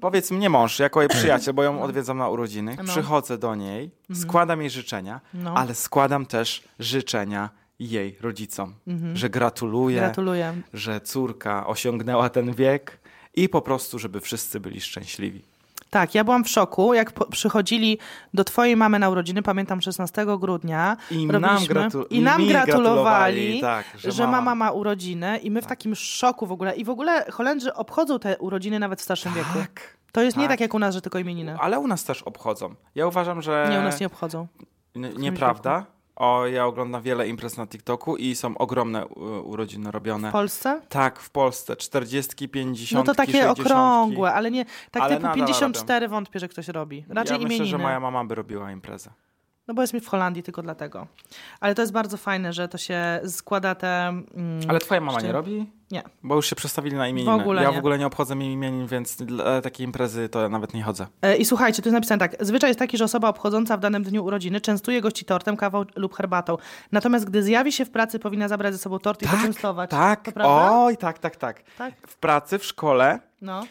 [SPEAKER 1] Powiedz mnie mąż, jako jej przyjaciel, bo ją odwiedzam na urodziny.
[SPEAKER 2] No. Mhm.
[SPEAKER 1] Przychodzę do niej, składam jej życzenia,
[SPEAKER 2] No.
[SPEAKER 1] ale składam też życzenia jej rodzicom, że gratuluję,
[SPEAKER 2] Mhm. Gratuluję.
[SPEAKER 1] że córka osiągnęła ten wiek i po prostu, żeby wszyscy byli szczęśliwi.
[SPEAKER 2] Tak, ja byłam w szoku, jak po, przychodzili do twojej mamy na urodziny, pamiętam 16 grudnia.
[SPEAKER 1] I nam
[SPEAKER 2] robiliśmy,
[SPEAKER 1] gratu-
[SPEAKER 2] I nam
[SPEAKER 1] mi
[SPEAKER 2] gratulowali,
[SPEAKER 1] gratulowali, tak,
[SPEAKER 2] że,
[SPEAKER 1] że
[SPEAKER 2] mama...
[SPEAKER 1] mama
[SPEAKER 2] ma urodziny i my w takim szoku w ogóle. I w ogóle Holendrzy obchodzą te urodziny nawet w starszym wieku.
[SPEAKER 1] Tak.
[SPEAKER 2] To jest nie
[SPEAKER 1] tak.
[SPEAKER 2] tak jak u nas, że tylko imieniny.
[SPEAKER 1] Ale u nas też obchodzą. Ja uważam, że
[SPEAKER 2] Nie, u nas nie obchodzą.
[SPEAKER 1] N- nieprawda. O, ja oglądam wiele imprez na TikToku i są ogromne u- urodziny robione.
[SPEAKER 2] W Polsce?
[SPEAKER 1] tak, w Polsce 40, 50,
[SPEAKER 2] No to takie
[SPEAKER 1] 60.
[SPEAKER 2] okrągłe, ale nie, tak
[SPEAKER 1] Ale
[SPEAKER 2] typu
[SPEAKER 1] nadal
[SPEAKER 2] 54 wątpię, że ktoś robi. Raczej
[SPEAKER 1] ja myślę,
[SPEAKER 2] imieniny.
[SPEAKER 1] że moja mama by robiła imprezę.
[SPEAKER 2] No bo jest mi w Holandii tylko dlatego. Ale to jest bardzo fajne, że to się składa te... Mm,
[SPEAKER 1] Ale twoja mama nie
[SPEAKER 2] Jeszcze-
[SPEAKER 1] robi?
[SPEAKER 2] Nie.
[SPEAKER 1] Bo już się przestawili na imieniny.
[SPEAKER 2] W ogóle
[SPEAKER 1] ja
[SPEAKER 2] nie.
[SPEAKER 1] w ogóle nie obchodzę mi imienin, więc dla takiej imprezy to ja nawet nie chodzę.
[SPEAKER 2] E, I słuchajcie, tu jest napisane tak. Zwyczaj jest taki, że osoba obchodząca w danym dniu urodziny częstuje gości tortem, kawą lub herbatą. Natomiast gdy zjawi się w pracy, powinna zabrać ze sobą tort i poczęstować.
[SPEAKER 1] tak.
[SPEAKER 2] To prawda?
[SPEAKER 1] Oj, tak, tak, tak.
[SPEAKER 2] Tak.
[SPEAKER 1] W pracy, w szkole
[SPEAKER 2] No.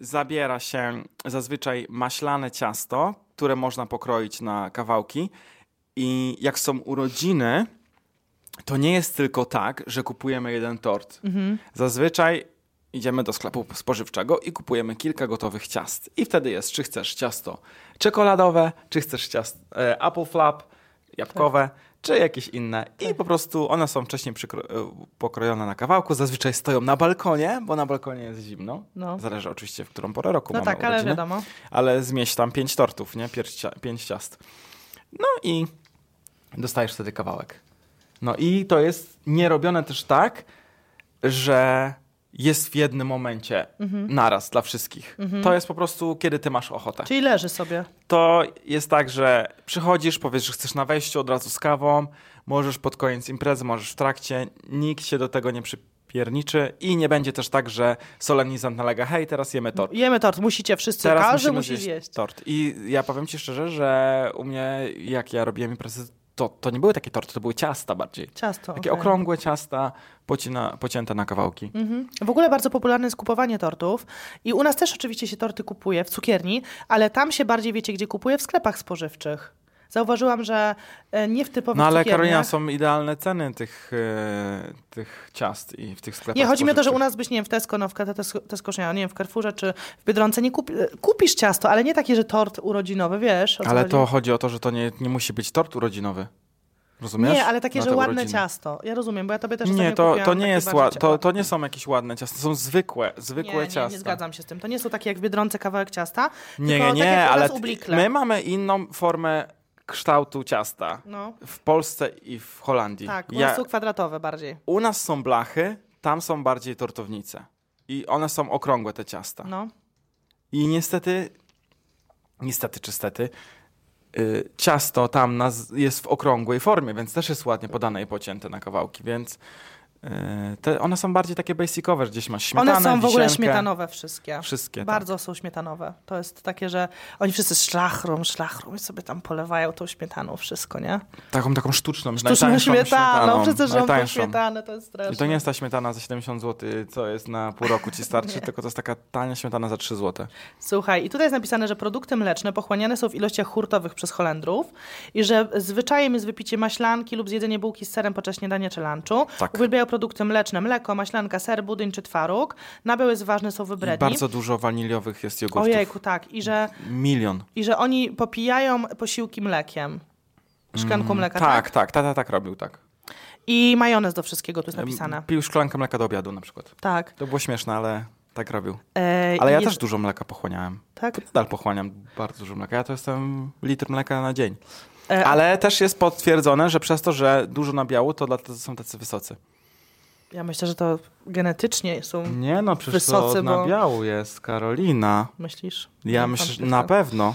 [SPEAKER 1] zabiera się zazwyczaj maślane ciasto, które można pokroić na kawałki. I jak są urodziny, to nie jest tylko tak, że kupujemy jeden tort.
[SPEAKER 2] Mhm.
[SPEAKER 1] Zazwyczaj idziemy do sklepu spożywczego i kupujemy kilka gotowych ciast. I wtedy jest, czy chcesz ciasto czekoladowe, czy chcesz ciasto e, apple flap, jabłkowe,
[SPEAKER 2] Tak.
[SPEAKER 1] czy jakieś inne. I po prostu one są wcześniej przykro- e, pokrojone na kawałku. Zazwyczaj stoją na balkonie, bo na balkonie jest zimno.
[SPEAKER 2] No.
[SPEAKER 1] Zależy oczywiście, w którą porę roku
[SPEAKER 2] No
[SPEAKER 1] mamy
[SPEAKER 2] tak, ale
[SPEAKER 1] urodziny.
[SPEAKER 2] wiadomo.
[SPEAKER 1] Ale zmieść tam pięć tortów, nie? Pierś, pięć ciast. No i dostajesz wtedy kawałek. No i to jest nierobione też tak, że jest w jednym momencie naraz dla wszystkich. To jest po prostu, kiedy ty masz ochotę.
[SPEAKER 2] Czyli leży sobie.
[SPEAKER 1] To jest tak, że przychodzisz, powiesz, że chcesz na wejściu od razu z kawą, możesz pod koniec imprezy, możesz w trakcie, nikt się do tego nie przypierniczy i nie będzie też tak, że solenizant nalega, hej, teraz jemy tort.
[SPEAKER 2] Jemy tort, musicie wszyscy,
[SPEAKER 1] Teraz
[SPEAKER 2] każdy
[SPEAKER 1] musimy
[SPEAKER 2] musi
[SPEAKER 1] zjeść
[SPEAKER 2] zjeść.
[SPEAKER 1] tort. I ja powiem ci szczerze, że u mnie, jak ja robiłem imprezy, to, to nie były takie torty, to były ciasta bardziej.
[SPEAKER 2] Ciasto.
[SPEAKER 1] Takie
[SPEAKER 2] No, okej.
[SPEAKER 1] okrągłe ciasta, pocina, pocięte na kawałki.
[SPEAKER 2] Mhm. W ogóle bardzo popularne jest kupowanie tortów i u nas też oczywiście się torty kupuje w cukierni, ale tam się bardziej wiecie, gdzie kupuje w sklepach spożywczych. Zauważyłam, że e, nie w typowych
[SPEAKER 1] No ale
[SPEAKER 2] cukierniach.
[SPEAKER 1] Karolina, są idealne ceny tych, e, tych ciast i w tych sklepach
[SPEAKER 2] Nie, chodzi mi o to, że u
[SPEAKER 1] spożywczych.
[SPEAKER 2] nas byś, nie wiem, w Tesco, no w Kata- Tesco, Tesco nie, nie wiem, w Carrefourze czy w Biedronce nie kupi, e, kupisz ciasto, ale nie takie, że tort urodzinowy, wiesz? o co
[SPEAKER 1] Ale
[SPEAKER 2] chodzi?
[SPEAKER 1] to chodzi o to, że to nie, nie musi być tort urodzinowy. Rozumiesz?
[SPEAKER 2] Nie, ale takie,
[SPEAKER 1] Na
[SPEAKER 2] że
[SPEAKER 1] te
[SPEAKER 2] ładne
[SPEAKER 1] urodziny.
[SPEAKER 2] ciasto. Ja rozumiem, bo ja tobie też
[SPEAKER 1] Nie,
[SPEAKER 2] ostatnio
[SPEAKER 1] to,
[SPEAKER 2] kupiłam
[SPEAKER 1] to nie
[SPEAKER 2] takie
[SPEAKER 1] jest
[SPEAKER 2] bardzo
[SPEAKER 1] ła-
[SPEAKER 2] cia-
[SPEAKER 1] to, to nie są jakieś ładne ciasta, to są zwykłe,
[SPEAKER 2] nie,
[SPEAKER 1] zwykłe
[SPEAKER 2] nie,
[SPEAKER 1] ciasta.
[SPEAKER 2] nie zgadzam się z tym. To nie są takie jak w Biedronce kawałek ciasta,
[SPEAKER 1] Nie, nie,
[SPEAKER 2] tylko
[SPEAKER 1] nie,
[SPEAKER 2] tak jak u
[SPEAKER 1] ale
[SPEAKER 2] nas
[SPEAKER 1] ty-
[SPEAKER 2] u Blikle.
[SPEAKER 1] my mamy inną formę kształtu ciasta
[SPEAKER 2] No,
[SPEAKER 1] w Polsce i w Holandii.
[SPEAKER 2] tak, u
[SPEAKER 1] Ja-
[SPEAKER 2] nas są kwadratowe bardziej.
[SPEAKER 1] u nas są blachy, tam są bardziej tortownice. I one są okrągłe te ciasta.
[SPEAKER 2] No.
[SPEAKER 1] I niestety, niestety czy stety, y, ciasto tam na, z- jest w okrągłej formie, więc też jest ładnie podane i pocięte na kawałki, więc y, te, one są bardziej takie basicowe, że gdzieś masz śmietanę,
[SPEAKER 2] One są w ogóle
[SPEAKER 1] wisienkę,
[SPEAKER 2] śmietanowe wszystkie.
[SPEAKER 1] Wszystkie, tak.
[SPEAKER 2] Bardzo są śmietanowe. To jest takie, że oni wszyscy szlachrą, szlachrą i sobie tam polewają tą śmietaną wszystko, nie?
[SPEAKER 1] Taką, taką sztuczną,
[SPEAKER 2] Sztuczną
[SPEAKER 1] najtańszą
[SPEAKER 2] śmietaną, No,
[SPEAKER 1] śmietaną
[SPEAKER 2] wszyscy rządzą
[SPEAKER 1] najtańszą.
[SPEAKER 2] śmietanę, to jest straszne.
[SPEAKER 1] I to nie jest ta śmietana za 70 zł, co jest na pół roku ci starczy, tylko to jest taka tania śmietana za 3 zł.
[SPEAKER 2] Słuchaj, i tutaj jest napisane, że produkty mleczne pochłaniane są w ilościach hurtowych przez Holendrów i że zwyczajem jest wypicie maślanki lub zjedzenie bułki z serem podczas śniadania czy lunchu.
[SPEAKER 1] Tak.
[SPEAKER 2] Uwielbiają produkty mleczne, mleko, maślanka, ser, budyń czy twaróg. Nabył jest ważny, są
[SPEAKER 1] I
[SPEAKER 2] wybredni.
[SPEAKER 1] bardzo dużo waniliowych jest jogurtów.
[SPEAKER 2] Ojejku, tak. I że,
[SPEAKER 1] Milion.
[SPEAKER 2] I że oni popijają posiłki mlekiem. Szklanką mleka, tak.
[SPEAKER 1] Tak, tak, tata tak robił, tak.
[SPEAKER 2] I majonez do wszystkiego tu jest napisane.
[SPEAKER 1] Pił szklankę mleka do obiadu na przykład.
[SPEAKER 2] Tak.
[SPEAKER 1] To było śmieszne, ale tak robił.
[SPEAKER 2] E,
[SPEAKER 1] Ale ja
[SPEAKER 2] i-
[SPEAKER 1] też dużo mleka pochłaniałem.
[SPEAKER 2] Tak?
[SPEAKER 1] Nadal pochłaniam bardzo dużo mleka. Ja to jestem litr mleka na dzień.
[SPEAKER 2] E,
[SPEAKER 1] Ale też jest potwierdzone, że przez to, że dużo nabiału, to dlatego są tacy wysocy.
[SPEAKER 2] Ja myślę, że to genetycznie są...
[SPEAKER 1] Nie no, przecież
[SPEAKER 2] Mm. Wysocy,
[SPEAKER 1] to od
[SPEAKER 2] bo-
[SPEAKER 1] nabiału jest, Karolina.
[SPEAKER 2] Myślisz?
[SPEAKER 1] Ja
[SPEAKER 2] Nie,
[SPEAKER 1] myślę,
[SPEAKER 2] tam
[SPEAKER 1] że na
[SPEAKER 2] tak.
[SPEAKER 1] pewno.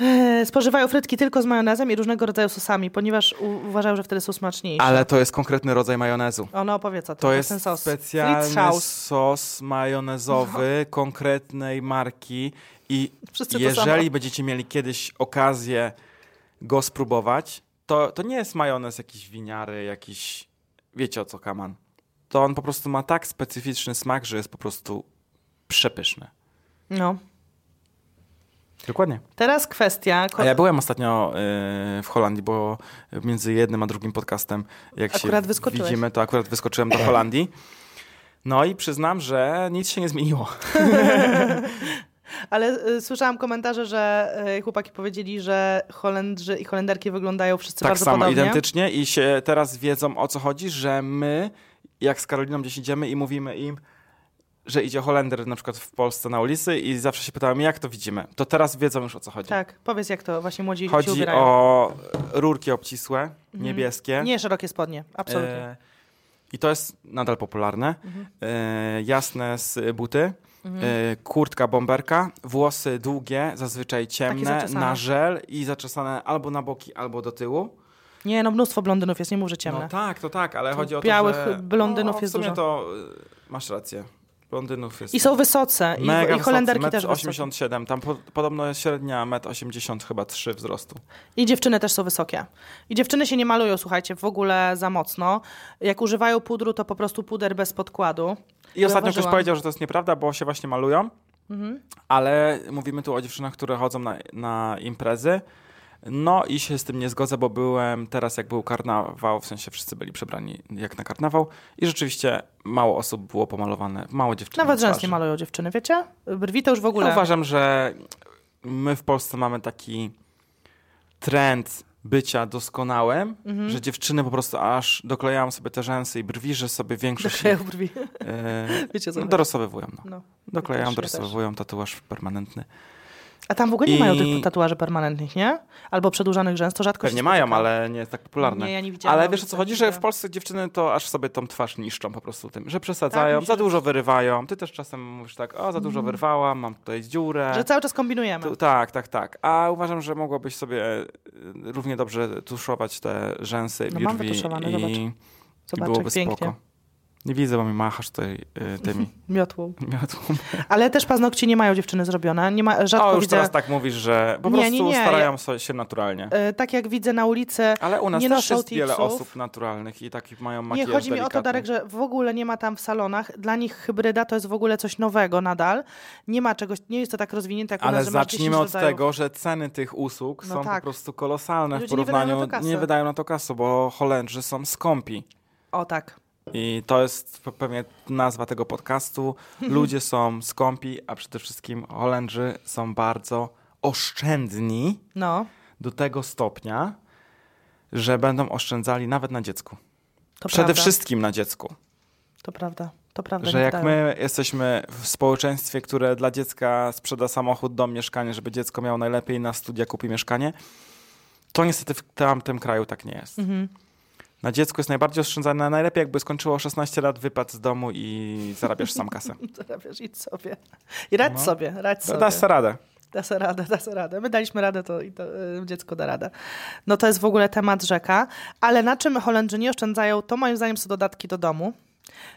[SPEAKER 2] E, Spożywają frytki tylko z majonezem i różnego rodzaju sosami, ponieważ u- uważają, że wtedy są smaczniejsze.
[SPEAKER 1] Ale to jest konkretny rodzaj majonezu.
[SPEAKER 2] Ono opowiedz o tym.
[SPEAKER 1] To jest
[SPEAKER 2] ten sos.
[SPEAKER 1] specjalny
[SPEAKER 2] Fritzschaus.
[SPEAKER 1] sos majonezowy konkretnej marki i
[SPEAKER 2] No. Wszyscy to
[SPEAKER 1] jeżeli
[SPEAKER 2] samo.
[SPEAKER 1] będziecie mieli kiedyś okazję go spróbować, to, to nie jest majonez jakiś winiary, jakiś wiecie o co kaman. To on po prostu ma tak specyficzny smak, że jest po prostu przepyszny.
[SPEAKER 2] No.
[SPEAKER 1] Dokładnie.
[SPEAKER 2] Teraz kwestia... ko-
[SPEAKER 1] A ja byłem ostatnio y, w Holandii, bo między jednym a drugim podcastem, jak
[SPEAKER 2] Akurat
[SPEAKER 1] się
[SPEAKER 2] wyskoczyłeś.
[SPEAKER 1] widzimy, to akurat wyskoczyłem do Holandii. No i przyznam, że nic się nie zmieniło.
[SPEAKER 2] Ale y, słyszałam komentarze, że y, chłopaki powiedzieli, że Holendrzy i Holenderki wyglądają wszyscy
[SPEAKER 1] tak
[SPEAKER 2] bardzo
[SPEAKER 1] samo,
[SPEAKER 2] podobnie.
[SPEAKER 1] identycznie i się teraz wiedzą o co chodzi, że my, jak z Karoliną gdzieś idziemy i mówimy im, że idzie Holender na przykład w Polsce na ulicy i zawsze się pytałem, jak to widzimy. To teraz wiedzą już o co chodzi.
[SPEAKER 2] Tak, powiedz jak to właśnie młodzi się
[SPEAKER 1] chodzi
[SPEAKER 2] ubierają. Mhm.
[SPEAKER 1] o rurki obcisłe, niebieskie.
[SPEAKER 2] Nie szerokie spodnie, absolutnie. Mhm.
[SPEAKER 1] E, I to jest nadal popularne. E, jasne z buty. E, kurtka bomberka, włosy długie, zazwyczaj ciemne,
[SPEAKER 2] zaczesane.
[SPEAKER 1] na żel i zaczesane albo na boki, albo do tyłu.
[SPEAKER 2] Nie, no mnóstwo blondynów jest, nie mów, że ciemne.
[SPEAKER 1] No tak, to tak, ale chodzi o
[SPEAKER 2] białych
[SPEAKER 1] to, że...
[SPEAKER 2] blondynów
[SPEAKER 1] no,
[SPEAKER 2] jest
[SPEAKER 1] w sumie
[SPEAKER 2] dużo.
[SPEAKER 1] to y, masz rację. Blondynów jest...
[SPEAKER 2] I są wysoce, i,
[SPEAKER 1] Mega
[SPEAKER 2] i Holenderki
[SPEAKER 1] wysocy,
[SPEAKER 2] też
[SPEAKER 1] metr
[SPEAKER 2] wysokie.
[SPEAKER 1] 87, tam po, podobno jest średnia 1,80 m chyba 3 wzrostu.
[SPEAKER 2] I dziewczyny też są wysokie. I dziewczyny się nie malują, słuchajcie, w ogóle za mocno. Jak używają pudru, to po prostu puder bez podkładu.
[SPEAKER 1] I ostatnio ktoś
[SPEAKER 2] Zauważyłam. Mhm.
[SPEAKER 1] powiedział, że to jest nieprawda, bo się właśnie malują, ale mówimy tu o dziewczynach, które chodzą na, na imprezy. No i się z tym nie zgodzę, bo byłem teraz, jak był karnawał, w sensie wszyscy byli przebrani jak na karnawał i rzeczywiście mało osób było pomalowane, mało dziewczyn. na
[SPEAKER 2] Nawet rzęs nie
[SPEAKER 1] twarzy.
[SPEAKER 2] malują dziewczyny, wiecie? Brwi to już w ogóle.
[SPEAKER 1] Ja uważam, że my w Polsce mamy taki trend bycia doskonałym,
[SPEAKER 2] Mhm.
[SPEAKER 1] że dziewczyny po prostu aż doklejają sobie te rzęsy i brwi, że sobie większość
[SPEAKER 2] Dokleją brwi.
[SPEAKER 1] e,
[SPEAKER 2] Wiecie, co
[SPEAKER 1] no,
[SPEAKER 2] chodzi.
[SPEAKER 1] dorosowywują. No.
[SPEAKER 2] No. Ja
[SPEAKER 1] Doklejają,
[SPEAKER 2] też, ja
[SPEAKER 1] dorysowują tatuaż permanentny.
[SPEAKER 2] A tam w ogóle nie
[SPEAKER 1] I-
[SPEAKER 2] mają tych tatuaży permanentnych, nie? Albo przedłużanych rzęs, to rzadko
[SPEAKER 1] Pewnie
[SPEAKER 2] się
[SPEAKER 1] mają,
[SPEAKER 2] spotyka.
[SPEAKER 1] ale nie jest tak popularne.
[SPEAKER 2] Nie, ja nie widziałam.
[SPEAKER 1] ale wiesz o co chodzi, że w
[SPEAKER 2] takiego.
[SPEAKER 1] Polsce dziewczyny to aż sobie tą twarz niszczą po prostu tym, że przesadzają,
[SPEAKER 2] myślę,
[SPEAKER 1] za
[SPEAKER 2] że-
[SPEAKER 1] dużo wyrywają. Ty też czasem mówisz tak, o za dużo wyrwałam, mam tutaj dziurę.
[SPEAKER 2] Mhm. Że cały czas kombinujemy.
[SPEAKER 1] Tu, tak, tak, tak. A uważam, że mogłabyś sobie e, równie dobrze tuszować te rzęsy
[SPEAKER 2] No
[SPEAKER 1] i
[SPEAKER 2] mam
[SPEAKER 1] brwi
[SPEAKER 2] wytuszowane, zobacz.
[SPEAKER 1] i, i
[SPEAKER 2] Zobacz,
[SPEAKER 1] byłoby
[SPEAKER 2] jak pięknie.
[SPEAKER 1] spoko. Nie widzę, bo mi machasz tutaj y, tymi
[SPEAKER 2] Miotłą.
[SPEAKER 1] miotłą.
[SPEAKER 2] Ale też paznokcie nie mają dziewczyny zrobione. Nie ma, rzadko
[SPEAKER 1] O, już
[SPEAKER 2] widzę.
[SPEAKER 1] teraz tak mówisz, że po
[SPEAKER 2] Nie,
[SPEAKER 1] prostu
[SPEAKER 2] nie, nie,
[SPEAKER 1] starają so- się naturalnie.
[SPEAKER 2] e, tak jak widzę na ulicy,
[SPEAKER 1] Ale u nas
[SPEAKER 2] nie
[SPEAKER 1] też
[SPEAKER 2] noszą
[SPEAKER 1] jest wiele
[SPEAKER 2] tipsów.
[SPEAKER 1] osób naturalnych i takich mają
[SPEAKER 2] Nie,
[SPEAKER 1] makijaż
[SPEAKER 2] chodzi mi o to,
[SPEAKER 1] delikatny.
[SPEAKER 2] Darek, że w ogóle nie ma tam w salonach. Dla nich hybryda to jest w ogóle coś nowego nadal. Nie ma czegoś, nie jest to tak rozwinięte jak u
[SPEAKER 1] Ale
[SPEAKER 2] nas, że masz 10
[SPEAKER 1] zacznijmy od
[SPEAKER 2] rodzajów.
[SPEAKER 1] tego, że ceny tych usług
[SPEAKER 2] No
[SPEAKER 1] są
[SPEAKER 2] tak.
[SPEAKER 1] po prostu kolosalne w
[SPEAKER 2] Ludzie nie wydają na
[SPEAKER 1] porównaniu.
[SPEAKER 2] to kasy.
[SPEAKER 1] nie wydają na to kasy, bo Holendrzy są skąpi.
[SPEAKER 2] O tak.
[SPEAKER 1] I to jest pe- pewnie nazwa tego podcastu. Ludzie są skąpi, a przede wszystkim Holendrzy są bardzo oszczędni
[SPEAKER 2] No,
[SPEAKER 1] do tego stopnia, że będą oszczędzali nawet na dziecku.
[SPEAKER 2] to
[SPEAKER 1] przede
[SPEAKER 2] prawda.
[SPEAKER 1] wszystkim na dziecku.
[SPEAKER 2] To prawda, to prawda.
[SPEAKER 1] Że
[SPEAKER 2] nie tak.
[SPEAKER 1] jak
[SPEAKER 2] wydają.
[SPEAKER 1] my jesteśmy w społeczeństwie, które dla dziecka sprzeda samochód, dom, mieszkanie, żeby dziecko miało najlepiej na studia kupi mieszkanie, to niestety w tamtym kraju tak nie jest.
[SPEAKER 2] Mhm.
[SPEAKER 1] Na dziecku jest najbardziej oszczędzane, a najlepiej jakby skończyło 16 lat, wypadł z domu i zarabiasz sam kasę.
[SPEAKER 2] Zarabiasz, idź sobie. I radź
[SPEAKER 1] No.
[SPEAKER 2] sobie, radź sobie.
[SPEAKER 1] Dasz sobie radę.
[SPEAKER 2] Da se radę, da se radę. My daliśmy radę, to i to y, dziecko da radę. No to jest w ogóle temat rzeka. Ale na czym Holendrzy nie oszczędzają, to moim zdaniem są dodatki do domu.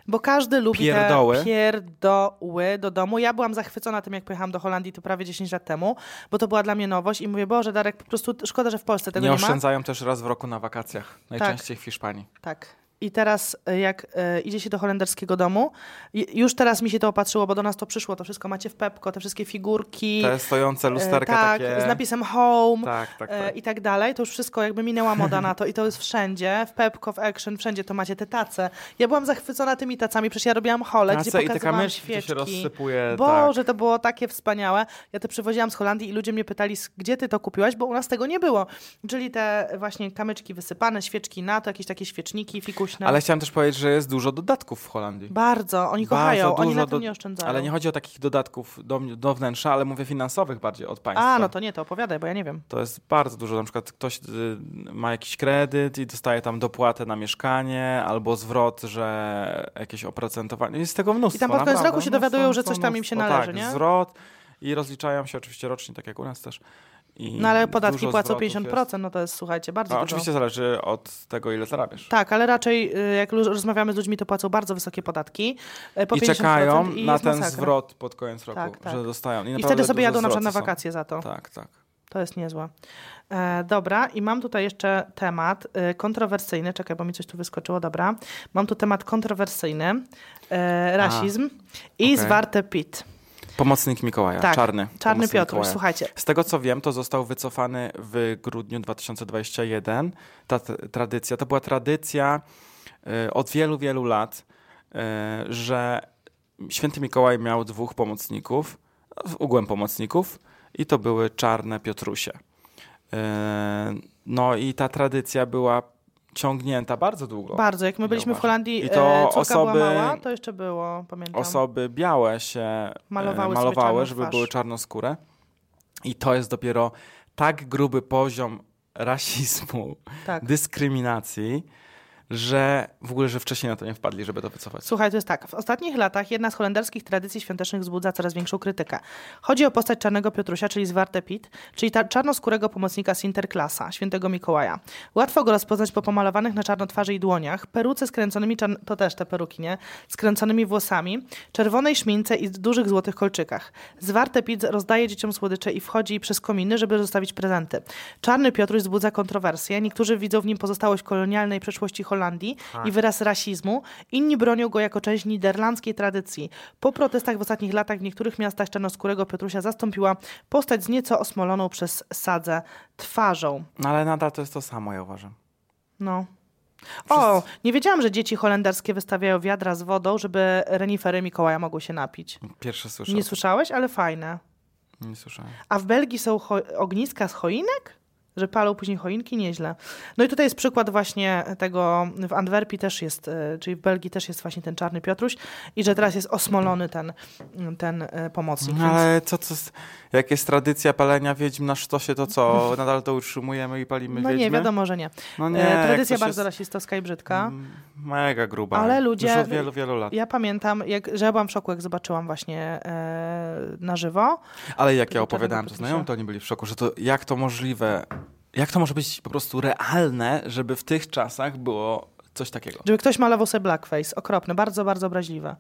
[SPEAKER 2] Bo każdy lubi
[SPEAKER 1] Pierdoły.
[SPEAKER 2] te pierdoły do domu. Ja byłam zachwycona tym, jak pojechałam do Holandii, to prawie 10 lat temu, bo to była dla mnie nowość i mówię, Boże, Darek, po prostu szkoda, że w Polsce tego
[SPEAKER 1] Nie
[SPEAKER 2] nie, ma.
[SPEAKER 1] oszczędzają też raz w roku na wakacjach, najczęściej w Hiszpanii.
[SPEAKER 2] Tak. I teraz y, jak y, idzie się do holenderskiego domu, i- już teraz mi się to opatrzyło, bo do nas to przyszło, to wszystko macie w Pepko, te wszystkie figurki.
[SPEAKER 1] Te stojące
[SPEAKER 2] y,
[SPEAKER 1] lusterka
[SPEAKER 2] tak,
[SPEAKER 1] takie.
[SPEAKER 2] z napisem home.
[SPEAKER 1] Tak, tak,
[SPEAKER 2] e,
[SPEAKER 1] tak.
[SPEAKER 2] i tak dalej, to już wszystko jakby minęła moda na to i to jest wszędzie, w Pepko, w Action, wszędzie to macie te tace. Ja byłam zachwycona tymi tacami, przecież ja robiłam hole, gdzie
[SPEAKER 1] Tace i te
[SPEAKER 2] pokazywałam
[SPEAKER 1] kamyczki, to
[SPEAKER 2] świeczki.
[SPEAKER 1] się rozsypuje. tak.
[SPEAKER 2] Boże, to było takie wspaniałe. Ja to przywoziłam z Holandii i ludzie mnie pytali, "S- gdzie ty to kupiłaś, bo u nas tego nie było. Czyli te właśnie kamyczki wysypane, świeczki na to, jakieś takie świeczniki fikuśne.
[SPEAKER 1] Ale chciałem też powiedzieć, że jest dużo dodatków w Holandii.
[SPEAKER 2] Bardzo, oni
[SPEAKER 1] Bardzo
[SPEAKER 2] kochają, oni
[SPEAKER 1] dużo
[SPEAKER 2] na tym
[SPEAKER 1] do-
[SPEAKER 2] nie oszczędzają.
[SPEAKER 1] Ale nie chodzi o takich dodatków do, do wnętrza, ale mówię finansowych bardziej od państwa.
[SPEAKER 2] A, no to nie, to opowiadaj, bo ja nie wiem.
[SPEAKER 1] To jest bardzo dużo. Na przykład ktoś y, ma jakiś kredyt i dostaje tam dopłatę na mieszkanie albo zwrot, że jakieś oprocentowanie. Jest tego mnóstwo.
[SPEAKER 2] I tam pod koniec
[SPEAKER 1] naprawdę.
[SPEAKER 2] roku się dowiadują, że coś tam im się
[SPEAKER 1] mnóstwo,
[SPEAKER 2] należy,
[SPEAKER 1] tak,
[SPEAKER 2] nie?
[SPEAKER 1] zwrot i rozliczają się oczywiście rocznie, tak jak u nas też. I
[SPEAKER 2] No ale podatki
[SPEAKER 1] dużo
[SPEAKER 2] płacą
[SPEAKER 1] zwrotów jest.
[SPEAKER 2] 50%, no to jest, słuchajcie, bardzo
[SPEAKER 1] No,
[SPEAKER 2] dużo.
[SPEAKER 1] oczywiście zależy od tego, ile zarabiasz.
[SPEAKER 2] Tak, ale raczej y, jak lu- rozmawiamy z ludźmi, to płacą bardzo wysokie podatki. e, Po
[SPEAKER 1] I
[SPEAKER 2] 50%
[SPEAKER 1] czekają
[SPEAKER 2] i
[SPEAKER 1] na
[SPEAKER 2] jest
[SPEAKER 1] ten
[SPEAKER 2] masakra.
[SPEAKER 1] zwrot pod koniec roku,
[SPEAKER 2] Tak, tak.
[SPEAKER 1] że dostają.
[SPEAKER 2] I
[SPEAKER 1] naprawdę
[SPEAKER 2] wtedy sobie
[SPEAKER 1] duże
[SPEAKER 2] jadą na przykład na
[SPEAKER 1] zwroty są.
[SPEAKER 2] wakacje za to.
[SPEAKER 1] Tak, tak.
[SPEAKER 2] To jest niezłe. E, dobra, i mam tutaj jeszcze temat e, kontrowersyjny. Czekaj, bo mi coś tu wyskoczyło, dobra. Mam tu temat kontrowersyjny. E, rasizm i
[SPEAKER 1] okej.
[SPEAKER 2] zwarte pit.
[SPEAKER 1] Pomocnik Mikołaja,
[SPEAKER 2] Tak,
[SPEAKER 1] czarny.
[SPEAKER 2] Czarny
[SPEAKER 1] pomocnik
[SPEAKER 2] Piotruś,
[SPEAKER 1] Mikołaja.
[SPEAKER 2] słuchajcie.
[SPEAKER 1] Z tego co wiem, to został wycofany w grudniu 2021. Ta t- tradycja, to była tradycja y, od wielu, wielu lat, y, że święty Mikołaj miał dwóch pomocników, w- ugłem pomocników, i to były czarne Piotrusie. Y, No i ta tradycja była ciągnięta bardzo długo.
[SPEAKER 2] Bardzo, jak my byliśmy w
[SPEAKER 1] uważam.
[SPEAKER 2] Holandii,
[SPEAKER 1] I
[SPEAKER 2] I
[SPEAKER 1] to
[SPEAKER 2] to córka
[SPEAKER 1] osoby-
[SPEAKER 2] była mała, to jeszcze było, pamiętam.
[SPEAKER 1] osoby białe się e,
[SPEAKER 2] Malowały
[SPEAKER 1] malowały,
[SPEAKER 2] sobie czarną
[SPEAKER 1] żeby
[SPEAKER 2] twarz.
[SPEAKER 1] były czarnoskóre. I to jest dopiero tak gruby poziom rasizmu,
[SPEAKER 2] tak.
[SPEAKER 1] dyskryminacji, że w ogóle, że wcześniej na to nie wpadli, żeby to wycofać.
[SPEAKER 2] Słuchaj, to jest tak. W ostatnich latach jedna z holenderskich tradycji świątecznych wzbudza coraz większą krytykę. Chodzi o postać Czarnego Piotrusia, czyli Zwarte Piet, czyli ta- czarnoskórego pomocnika Sinterklasa, świętego Mikołaja. Łatwo go rozpoznać po pomalowanych na czarno twarzy i dłoniach, peruce skręconymi, czarn- to też te peruki, nie? Skręconymi włosami, czerwonej szmince i dużych złotych kolczykach. Zwarte Piet rozdaje dzieciom słodycze i wchodzi przez kominy, żeby zostawić prezenty. Czarny Piotruś wzbudza kontrowersje. Niektórzy widzą w nim pozostałość kolonialnej przeszłości Holandii i wyraz rasizmu. Inni bronią go jako część niderlandzkiej tradycji. Po protestach w ostatnich latach w niektórych miastach czarnoskórego Piotrusia zastąpiła postać z nieco osmoloną przez sadzę twarzą.
[SPEAKER 1] No ale nadal to jest to samo, ja uważam.
[SPEAKER 2] No. O, nie wiedziałam, że dzieci holenderskie wystawiają wiadra z wodą, żeby renifery Mikołaja mogły się napić.
[SPEAKER 1] Pierwsze słyszę.
[SPEAKER 2] Nie
[SPEAKER 1] Nie, słyszałem.
[SPEAKER 2] słyszałeś, ale fajne.
[SPEAKER 1] nie słyszałem.
[SPEAKER 2] A w Belgii są cho- ogniska z choinek? Że palą później choinki? Nieźle. No i tutaj jest przykład właśnie tego, w Antwerpii też jest, e, czyli w Belgii też jest właśnie ten czarny Piotruś i że teraz jest osmolony ten, ten e, pomocnik.
[SPEAKER 1] No,
[SPEAKER 2] Więc,
[SPEAKER 1] ale co, co, z- jak jest tradycja palenia wiedźm na sztosie, to co, nadal to utrzymujemy i palimy
[SPEAKER 2] no
[SPEAKER 1] wiedźmy?
[SPEAKER 2] nie, wiadomo, że nie.
[SPEAKER 1] No
[SPEAKER 2] E,
[SPEAKER 1] nie, jak
[SPEAKER 2] Tradycja
[SPEAKER 1] coś
[SPEAKER 2] bardzo rasistowska i brzydka.
[SPEAKER 1] Mm, Mega gruba.
[SPEAKER 2] Ale
[SPEAKER 1] Już
[SPEAKER 2] ludzie-
[SPEAKER 1] od wielu, wielu lat.
[SPEAKER 2] Ja pamiętam, jak, że ja byłam w szoku, jak zobaczyłam właśnie e, na żywo.
[SPEAKER 1] Ale jak ja
[SPEAKER 2] Czarnego
[SPEAKER 1] opowiadałem to
[SPEAKER 2] Patrysia.
[SPEAKER 1] znajomym, to oni byli w szoku, że to jak to możliwe, jak to może być po prostu realne, żeby w tych czasach było coś takiego.
[SPEAKER 2] Żeby ktoś malował sobie blackface. Okropne, bardzo, bardzo obraźliwe.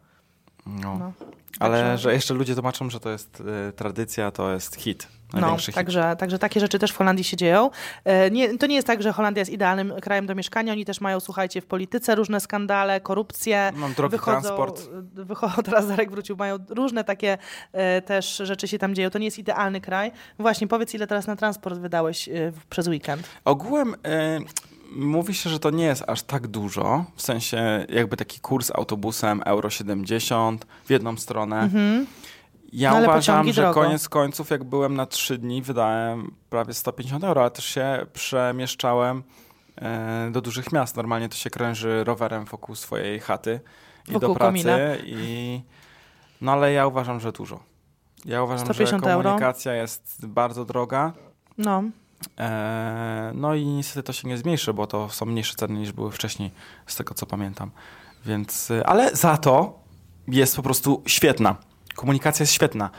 [SPEAKER 1] No.
[SPEAKER 2] No.
[SPEAKER 1] Ale
[SPEAKER 2] Także-
[SPEAKER 1] że jeszcze ludzie tłumaczą, że to jest y, tradycja, to jest hit.
[SPEAKER 2] No,
[SPEAKER 1] Największy hit.
[SPEAKER 2] także, także takie rzeczy też w Holandii się dzieją. E, Nie, to nie jest tak, że Holandia jest idealnym krajem do mieszkania. Oni też mają, słuchajcie, w polityce różne skandale, korupcję.
[SPEAKER 1] Mam No, drogi transport.
[SPEAKER 2] Wychodzą, teraz Zarek wrócił, mają różne takie e, też rzeczy się tam dzieją. To nie jest idealny kraj. Właśnie, powiedz, ile teraz na transport wydałeś e, w- przez weekend?
[SPEAKER 1] Tak. Ogółem y, mówi się, że to nie jest aż tak dużo, w sensie jakby taki kurs autobusem euro 70 w jedną stronę. Ja
[SPEAKER 2] No, ale
[SPEAKER 1] uważam,
[SPEAKER 2] pociągi
[SPEAKER 1] że
[SPEAKER 2] drogo.
[SPEAKER 1] koniec końców, jak byłem na trzy dni, wydałem prawie 150 euro, ale też się przemieszczałem e, do dużych miast. Normalnie to się kręży rowerem wokół swojej chaty i
[SPEAKER 2] Wokół
[SPEAKER 1] do pracy.
[SPEAKER 2] komina.
[SPEAKER 1] I... No ale ja uważam, że dużo. Ja uważam, że
[SPEAKER 2] 150 euro.
[SPEAKER 1] komunikacja jest bardzo droga.
[SPEAKER 2] No,
[SPEAKER 1] E, No i niestety to się nie zmniejszy, bo to są mniejsze ceny niż były wcześniej, z tego co pamiętam. Więc, y, ale za to jest po prostu świetna. Komunikacja jest świetna.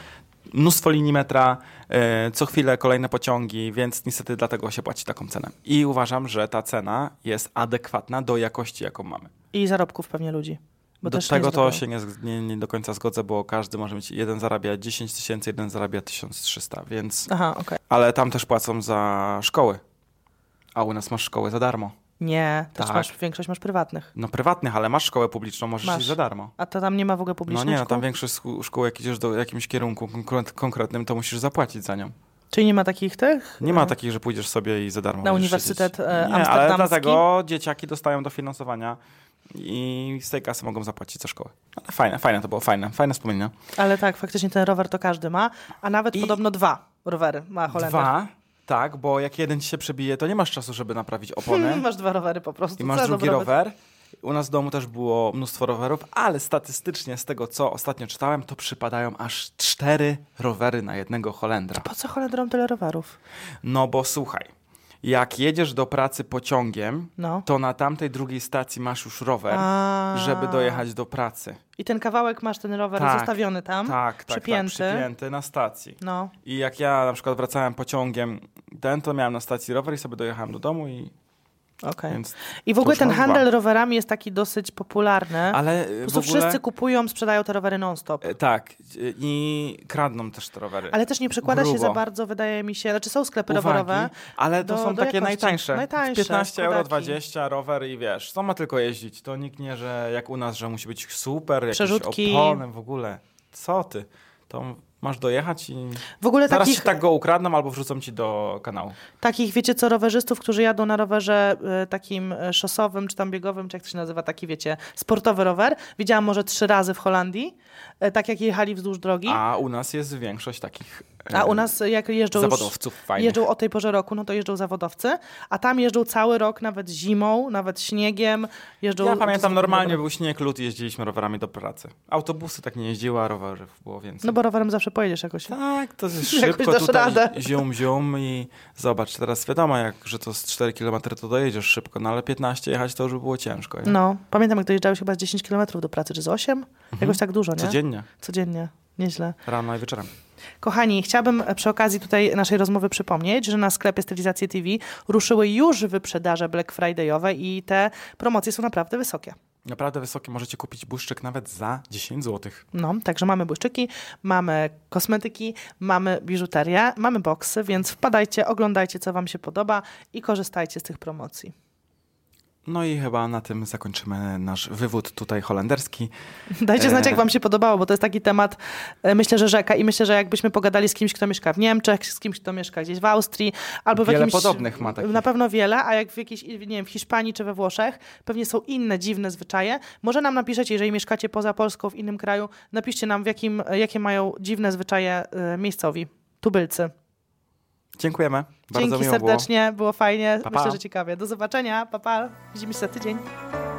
[SPEAKER 1] Mnóstwo linii metra, e, co chwilę kolejne pociągi, więc niestety dlatego się płaci taką cenę. I uważam, że ta cena jest adekwatna do jakości, jaką mamy.
[SPEAKER 2] i zarobków pewnie ludzi. Bo
[SPEAKER 1] do
[SPEAKER 2] też
[SPEAKER 1] tego
[SPEAKER 2] nie
[SPEAKER 1] to
[SPEAKER 2] zrobią.
[SPEAKER 1] się nie, zg- nie, nie do końca zgodzę, bo każdy może mieć, jeden zarabia 10 tysięcy, jeden zarabia 1300, więc...
[SPEAKER 2] Aha, okej.
[SPEAKER 1] Ale tam też płacą za szkoły. A u nas masz szkołę za darmo.
[SPEAKER 2] Nie, też
[SPEAKER 1] Tak.
[SPEAKER 2] masz, większość masz prywatnych.
[SPEAKER 1] No prywatnych, ale masz szkołę publiczną, możesz
[SPEAKER 2] Masz.
[SPEAKER 1] iść za darmo.
[SPEAKER 2] A to tam nie ma w ogóle
[SPEAKER 1] No
[SPEAKER 2] publicznych
[SPEAKER 1] nie, no
[SPEAKER 2] szkół?
[SPEAKER 1] tam większość szkół- szkół, jak idziesz do jakimś kierunku konkret, konkretnym, to musisz zapłacić za nią.
[SPEAKER 2] Czyli nie ma takich tych? E,
[SPEAKER 1] Nie ma takich, że pójdziesz sobie i za darmo.
[SPEAKER 2] Na
[SPEAKER 1] będziesz
[SPEAKER 2] uniwersytet,
[SPEAKER 1] siedzieć.
[SPEAKER 2] e,
[SPEAKER 1] Nie, ale
[SPEAKER 2] amsterdamski?
[SPEAKER 1] dlatego dzieciaki dostają dofinansowania i z tej kasy mogą zapłacić za szkołę. Ale fajne, fajne to było, fajne, fajne wspomnienia.
[SPEAKER 2] Ale tak, faktycznie ten rower to każdy ma, a nawet
[SPEAKER 1] I-
[SPEAKER 2] podobno dwa rowery ma Holender.
[SPEAKER 1] Dwa, tak, bo jak jeden ci się przebije, to nie masz czasu, żeby naprawić opony.
[SPEAKER 2] Masz dwa rowery po prostu.
[SPEAKER 1] I masz
[SPEAKER 2] Co
[SPEAKER 1] drugi
[SPEAKER 2] dobrobyt.
[SPEAKER 1] rower. U nas w domu też było mnóstwo rowerów, ale statystycznie z tego, co ostatnio czytałem, to przypadają aż cztery rowery na jednego Holendra.
[SPEAKER 2] Po co Holendrom tyle rowerów?
[SPEAKER 1] No bo słuchaj, jak jedziesz do pracy pociągiem,
[SPEAKER 2] No.
[SPEAKER 1] to na tamtej drugiej stacji masz już rower,
[SPEAKER 2] A.
[SPEAKER 1] żeby dojechać do pracy.
[SPEAKER 2] I ten kawałek masz ten rower
[SPEAKER 1] Tak,
[SPEAKER 2] zostawiony tam,
[SPEAKER 1] tak, tak,
[SPEAKER 2] przypięty.
[SPEAKER 1] tak, przypięty na stacji.
[SPEAKER 2] No.
[SPEAKER 1] I jak ja na przykład wracałem pociągiem ten, to miałem na stacji rower i sobie dojechałem do domu i
[SPEAKER 2] Okej.
[SPEAKER 1] więc...
[SPEAKER 2] I w ogóle
[SPEAKER 1] to już
[SPEAKER 2] ten
[SPEAKER 1] masz
[SPEAKER 2] handel
[SPEAKER 1] dwa.
[SPEAKER 2] rowerami jest taki dosyć popularny.
[SPEAKER 1] Ale
[SPEAKER 2] po
[SPEAKER 1] w
[SPEAKER 2] prostu
[SPEAKER 1] ogóle...
[SPEAKER 2] wszyscy kupują, sprzedają te rowery non-stop.
[SPEAKER 1] E, Tak, y, i kradną też te rowery.
[SPEAKER 2] Ale też nie przekłada się
[SPEAKER 1] grubo.
[SPEAKER 2] za bardzo, wydaje mi się. Znaczy są sklepy
[SPEAKER 1] Uwagi,
[SPEAKER 2] rowerowe.
[SPEAKER 1] ale to
[SPEAKER 2] do-
[SPEAKER 1] są
[SPEAKER 2] do
[SPEAKER 1] takie
[SPEAKER 2] jakości.
[SPEAKER 1] najtańsze.
[SPEAKER 2] Najtańsze,
[SPEAKER 1] 15 euro
[SPEAKER 2] składaki.
[SPEAKER 1] 20 rower i wiesz, co ma tylko jeździć. To nikt nie, że jak u nas, że musi być super, jakieś
[SPEAKER 2] Przerzutki.
[SPEAKER 1] opony w ogóle. Co ty? To masz dojechać i
[SPEAKER 2] W ogóle
[SPEAKER 1] zaraz
[SPEAKER 2] takich,
[SPEAKER 1] ci tak go ukradną albo wrzucą ci do kanału.
[SPEAKER 2] takich, wiecie co, rowerzystów, którzy jadą na rowerze e, takim e, szosowym, czy tam biegowym, czy jak to się nazywa, taki wiecie, sportowy rower. Widziałam może trzy razy w Holandii, e, tak jak y, jechali wzdłuż drogi.
[SPEAKER 1] A u nas jest większość takich
[SPEAKER 2] A u nas y, jak jeżdżą już-
[SPEAKER 1] zawodowców fajnych.
[SPEAKER 2] jeżdżą o tej porze roku, no to jeżdżą zawodowcy, a tam jeżdżą cały rok, nawet zimą, nawet śniegiem. Jeżdżą
[SPEAKER 1] Ja pamiętam, normalnie był śnieg, lód i jeździliśmy rowerami do pracy. Autobusy tak nie jeździły, a rowerów było więcej.
[SPEAKER 2] No bo rowerem zawsze pojedziesz jakoś.
[SPEAKER 1] Tak, to jest
[SPEAKER 2] Jakoś
[SPEAKER 1] szybko
[SPEAKER 2] dasz
[SPEAKER 1] tutaj
[SPEAKER 2] radę.
[SPEAKER 1] ziom, ziom i zobacz, teraz wiadomo, jak, że to z 4 km to dojedziesz szybko, no ale 15 jechać to już by było ciężko. nie?
[SPEAKER 2] No, pamiętam jak dojeżdżałeś chyba z 10 km do pracy, czy z 8? Jakoś tak dużo, nie?
[SPEAKER 1] Mhm. Codziennie,
[SPEAKER 2] Codziennie. Nieźle.
[SPEAKER 1] rano i wieczorem.
[SPEAKER 2] Kochani, chciałabym przy okazji tutaj naszej rozmowy przypomnieć, że na sklepie Stylizacji TV ruszyły już wyprzedaże Black Friday'owe i te promocje są naprawdę wysokie.
[SPEAKER 1] Naprawdę wysokie, możecie kupić błyszczyk nawet za 10 zł.
[SPEAKER 2] No, także mamy błyszczyki, mamy kosmetyki, mamy biżuterię, mamy boksy, więc wpadajcie, oglądajcie, co Wam się podoba i korzystajcie z tych promocji.
[SPEAKER 1] No i chyba na tym zakończymy nasz wywód tutaj holenderski.
[SPEAKER 2] Dajcie
[SPEAKER 1] E.
[SPEAKER 2] znać, jak Wam się podobało, bo to jest taki temat, e, myślę, że rzeka i myślę, że jakbyśmy pogadali z kimś, kto mieszka w Niemczech, z kimś, kto mieszka gdzieś w Austrii, albo
[SPEAKER 1] Wiele
[SPEAKER 2] w jakimś...
[SPEAKER 1] podobnych ma takich.
[SPEAKER 2] Na pewno wiele, a jak w jakiejś, nie wiem, w Hiszpanii czy we Włoszech, pewnie są inne dziwne zwyczaje. Może nam napiszecie, jeżeli mieszkacie poza Polską, w innym kraju, napiszcie nam, w jakim, jakie mają dziwne zwyczaje e, miejscowi, tubylcy.
[SPEAKER 1] Dziękujemy. Bardzo
[SPEAKER 2] Dzięki
[SPEAKER 1] miło było.
[SPEAKER 2] serdecznie, było, fajnie,
[SPEAKER 1] Pa, pa.
[SPEAKER 2] myślę, że ciekawie. Do zobaczenia, pa pa, widzimy się za tydzień.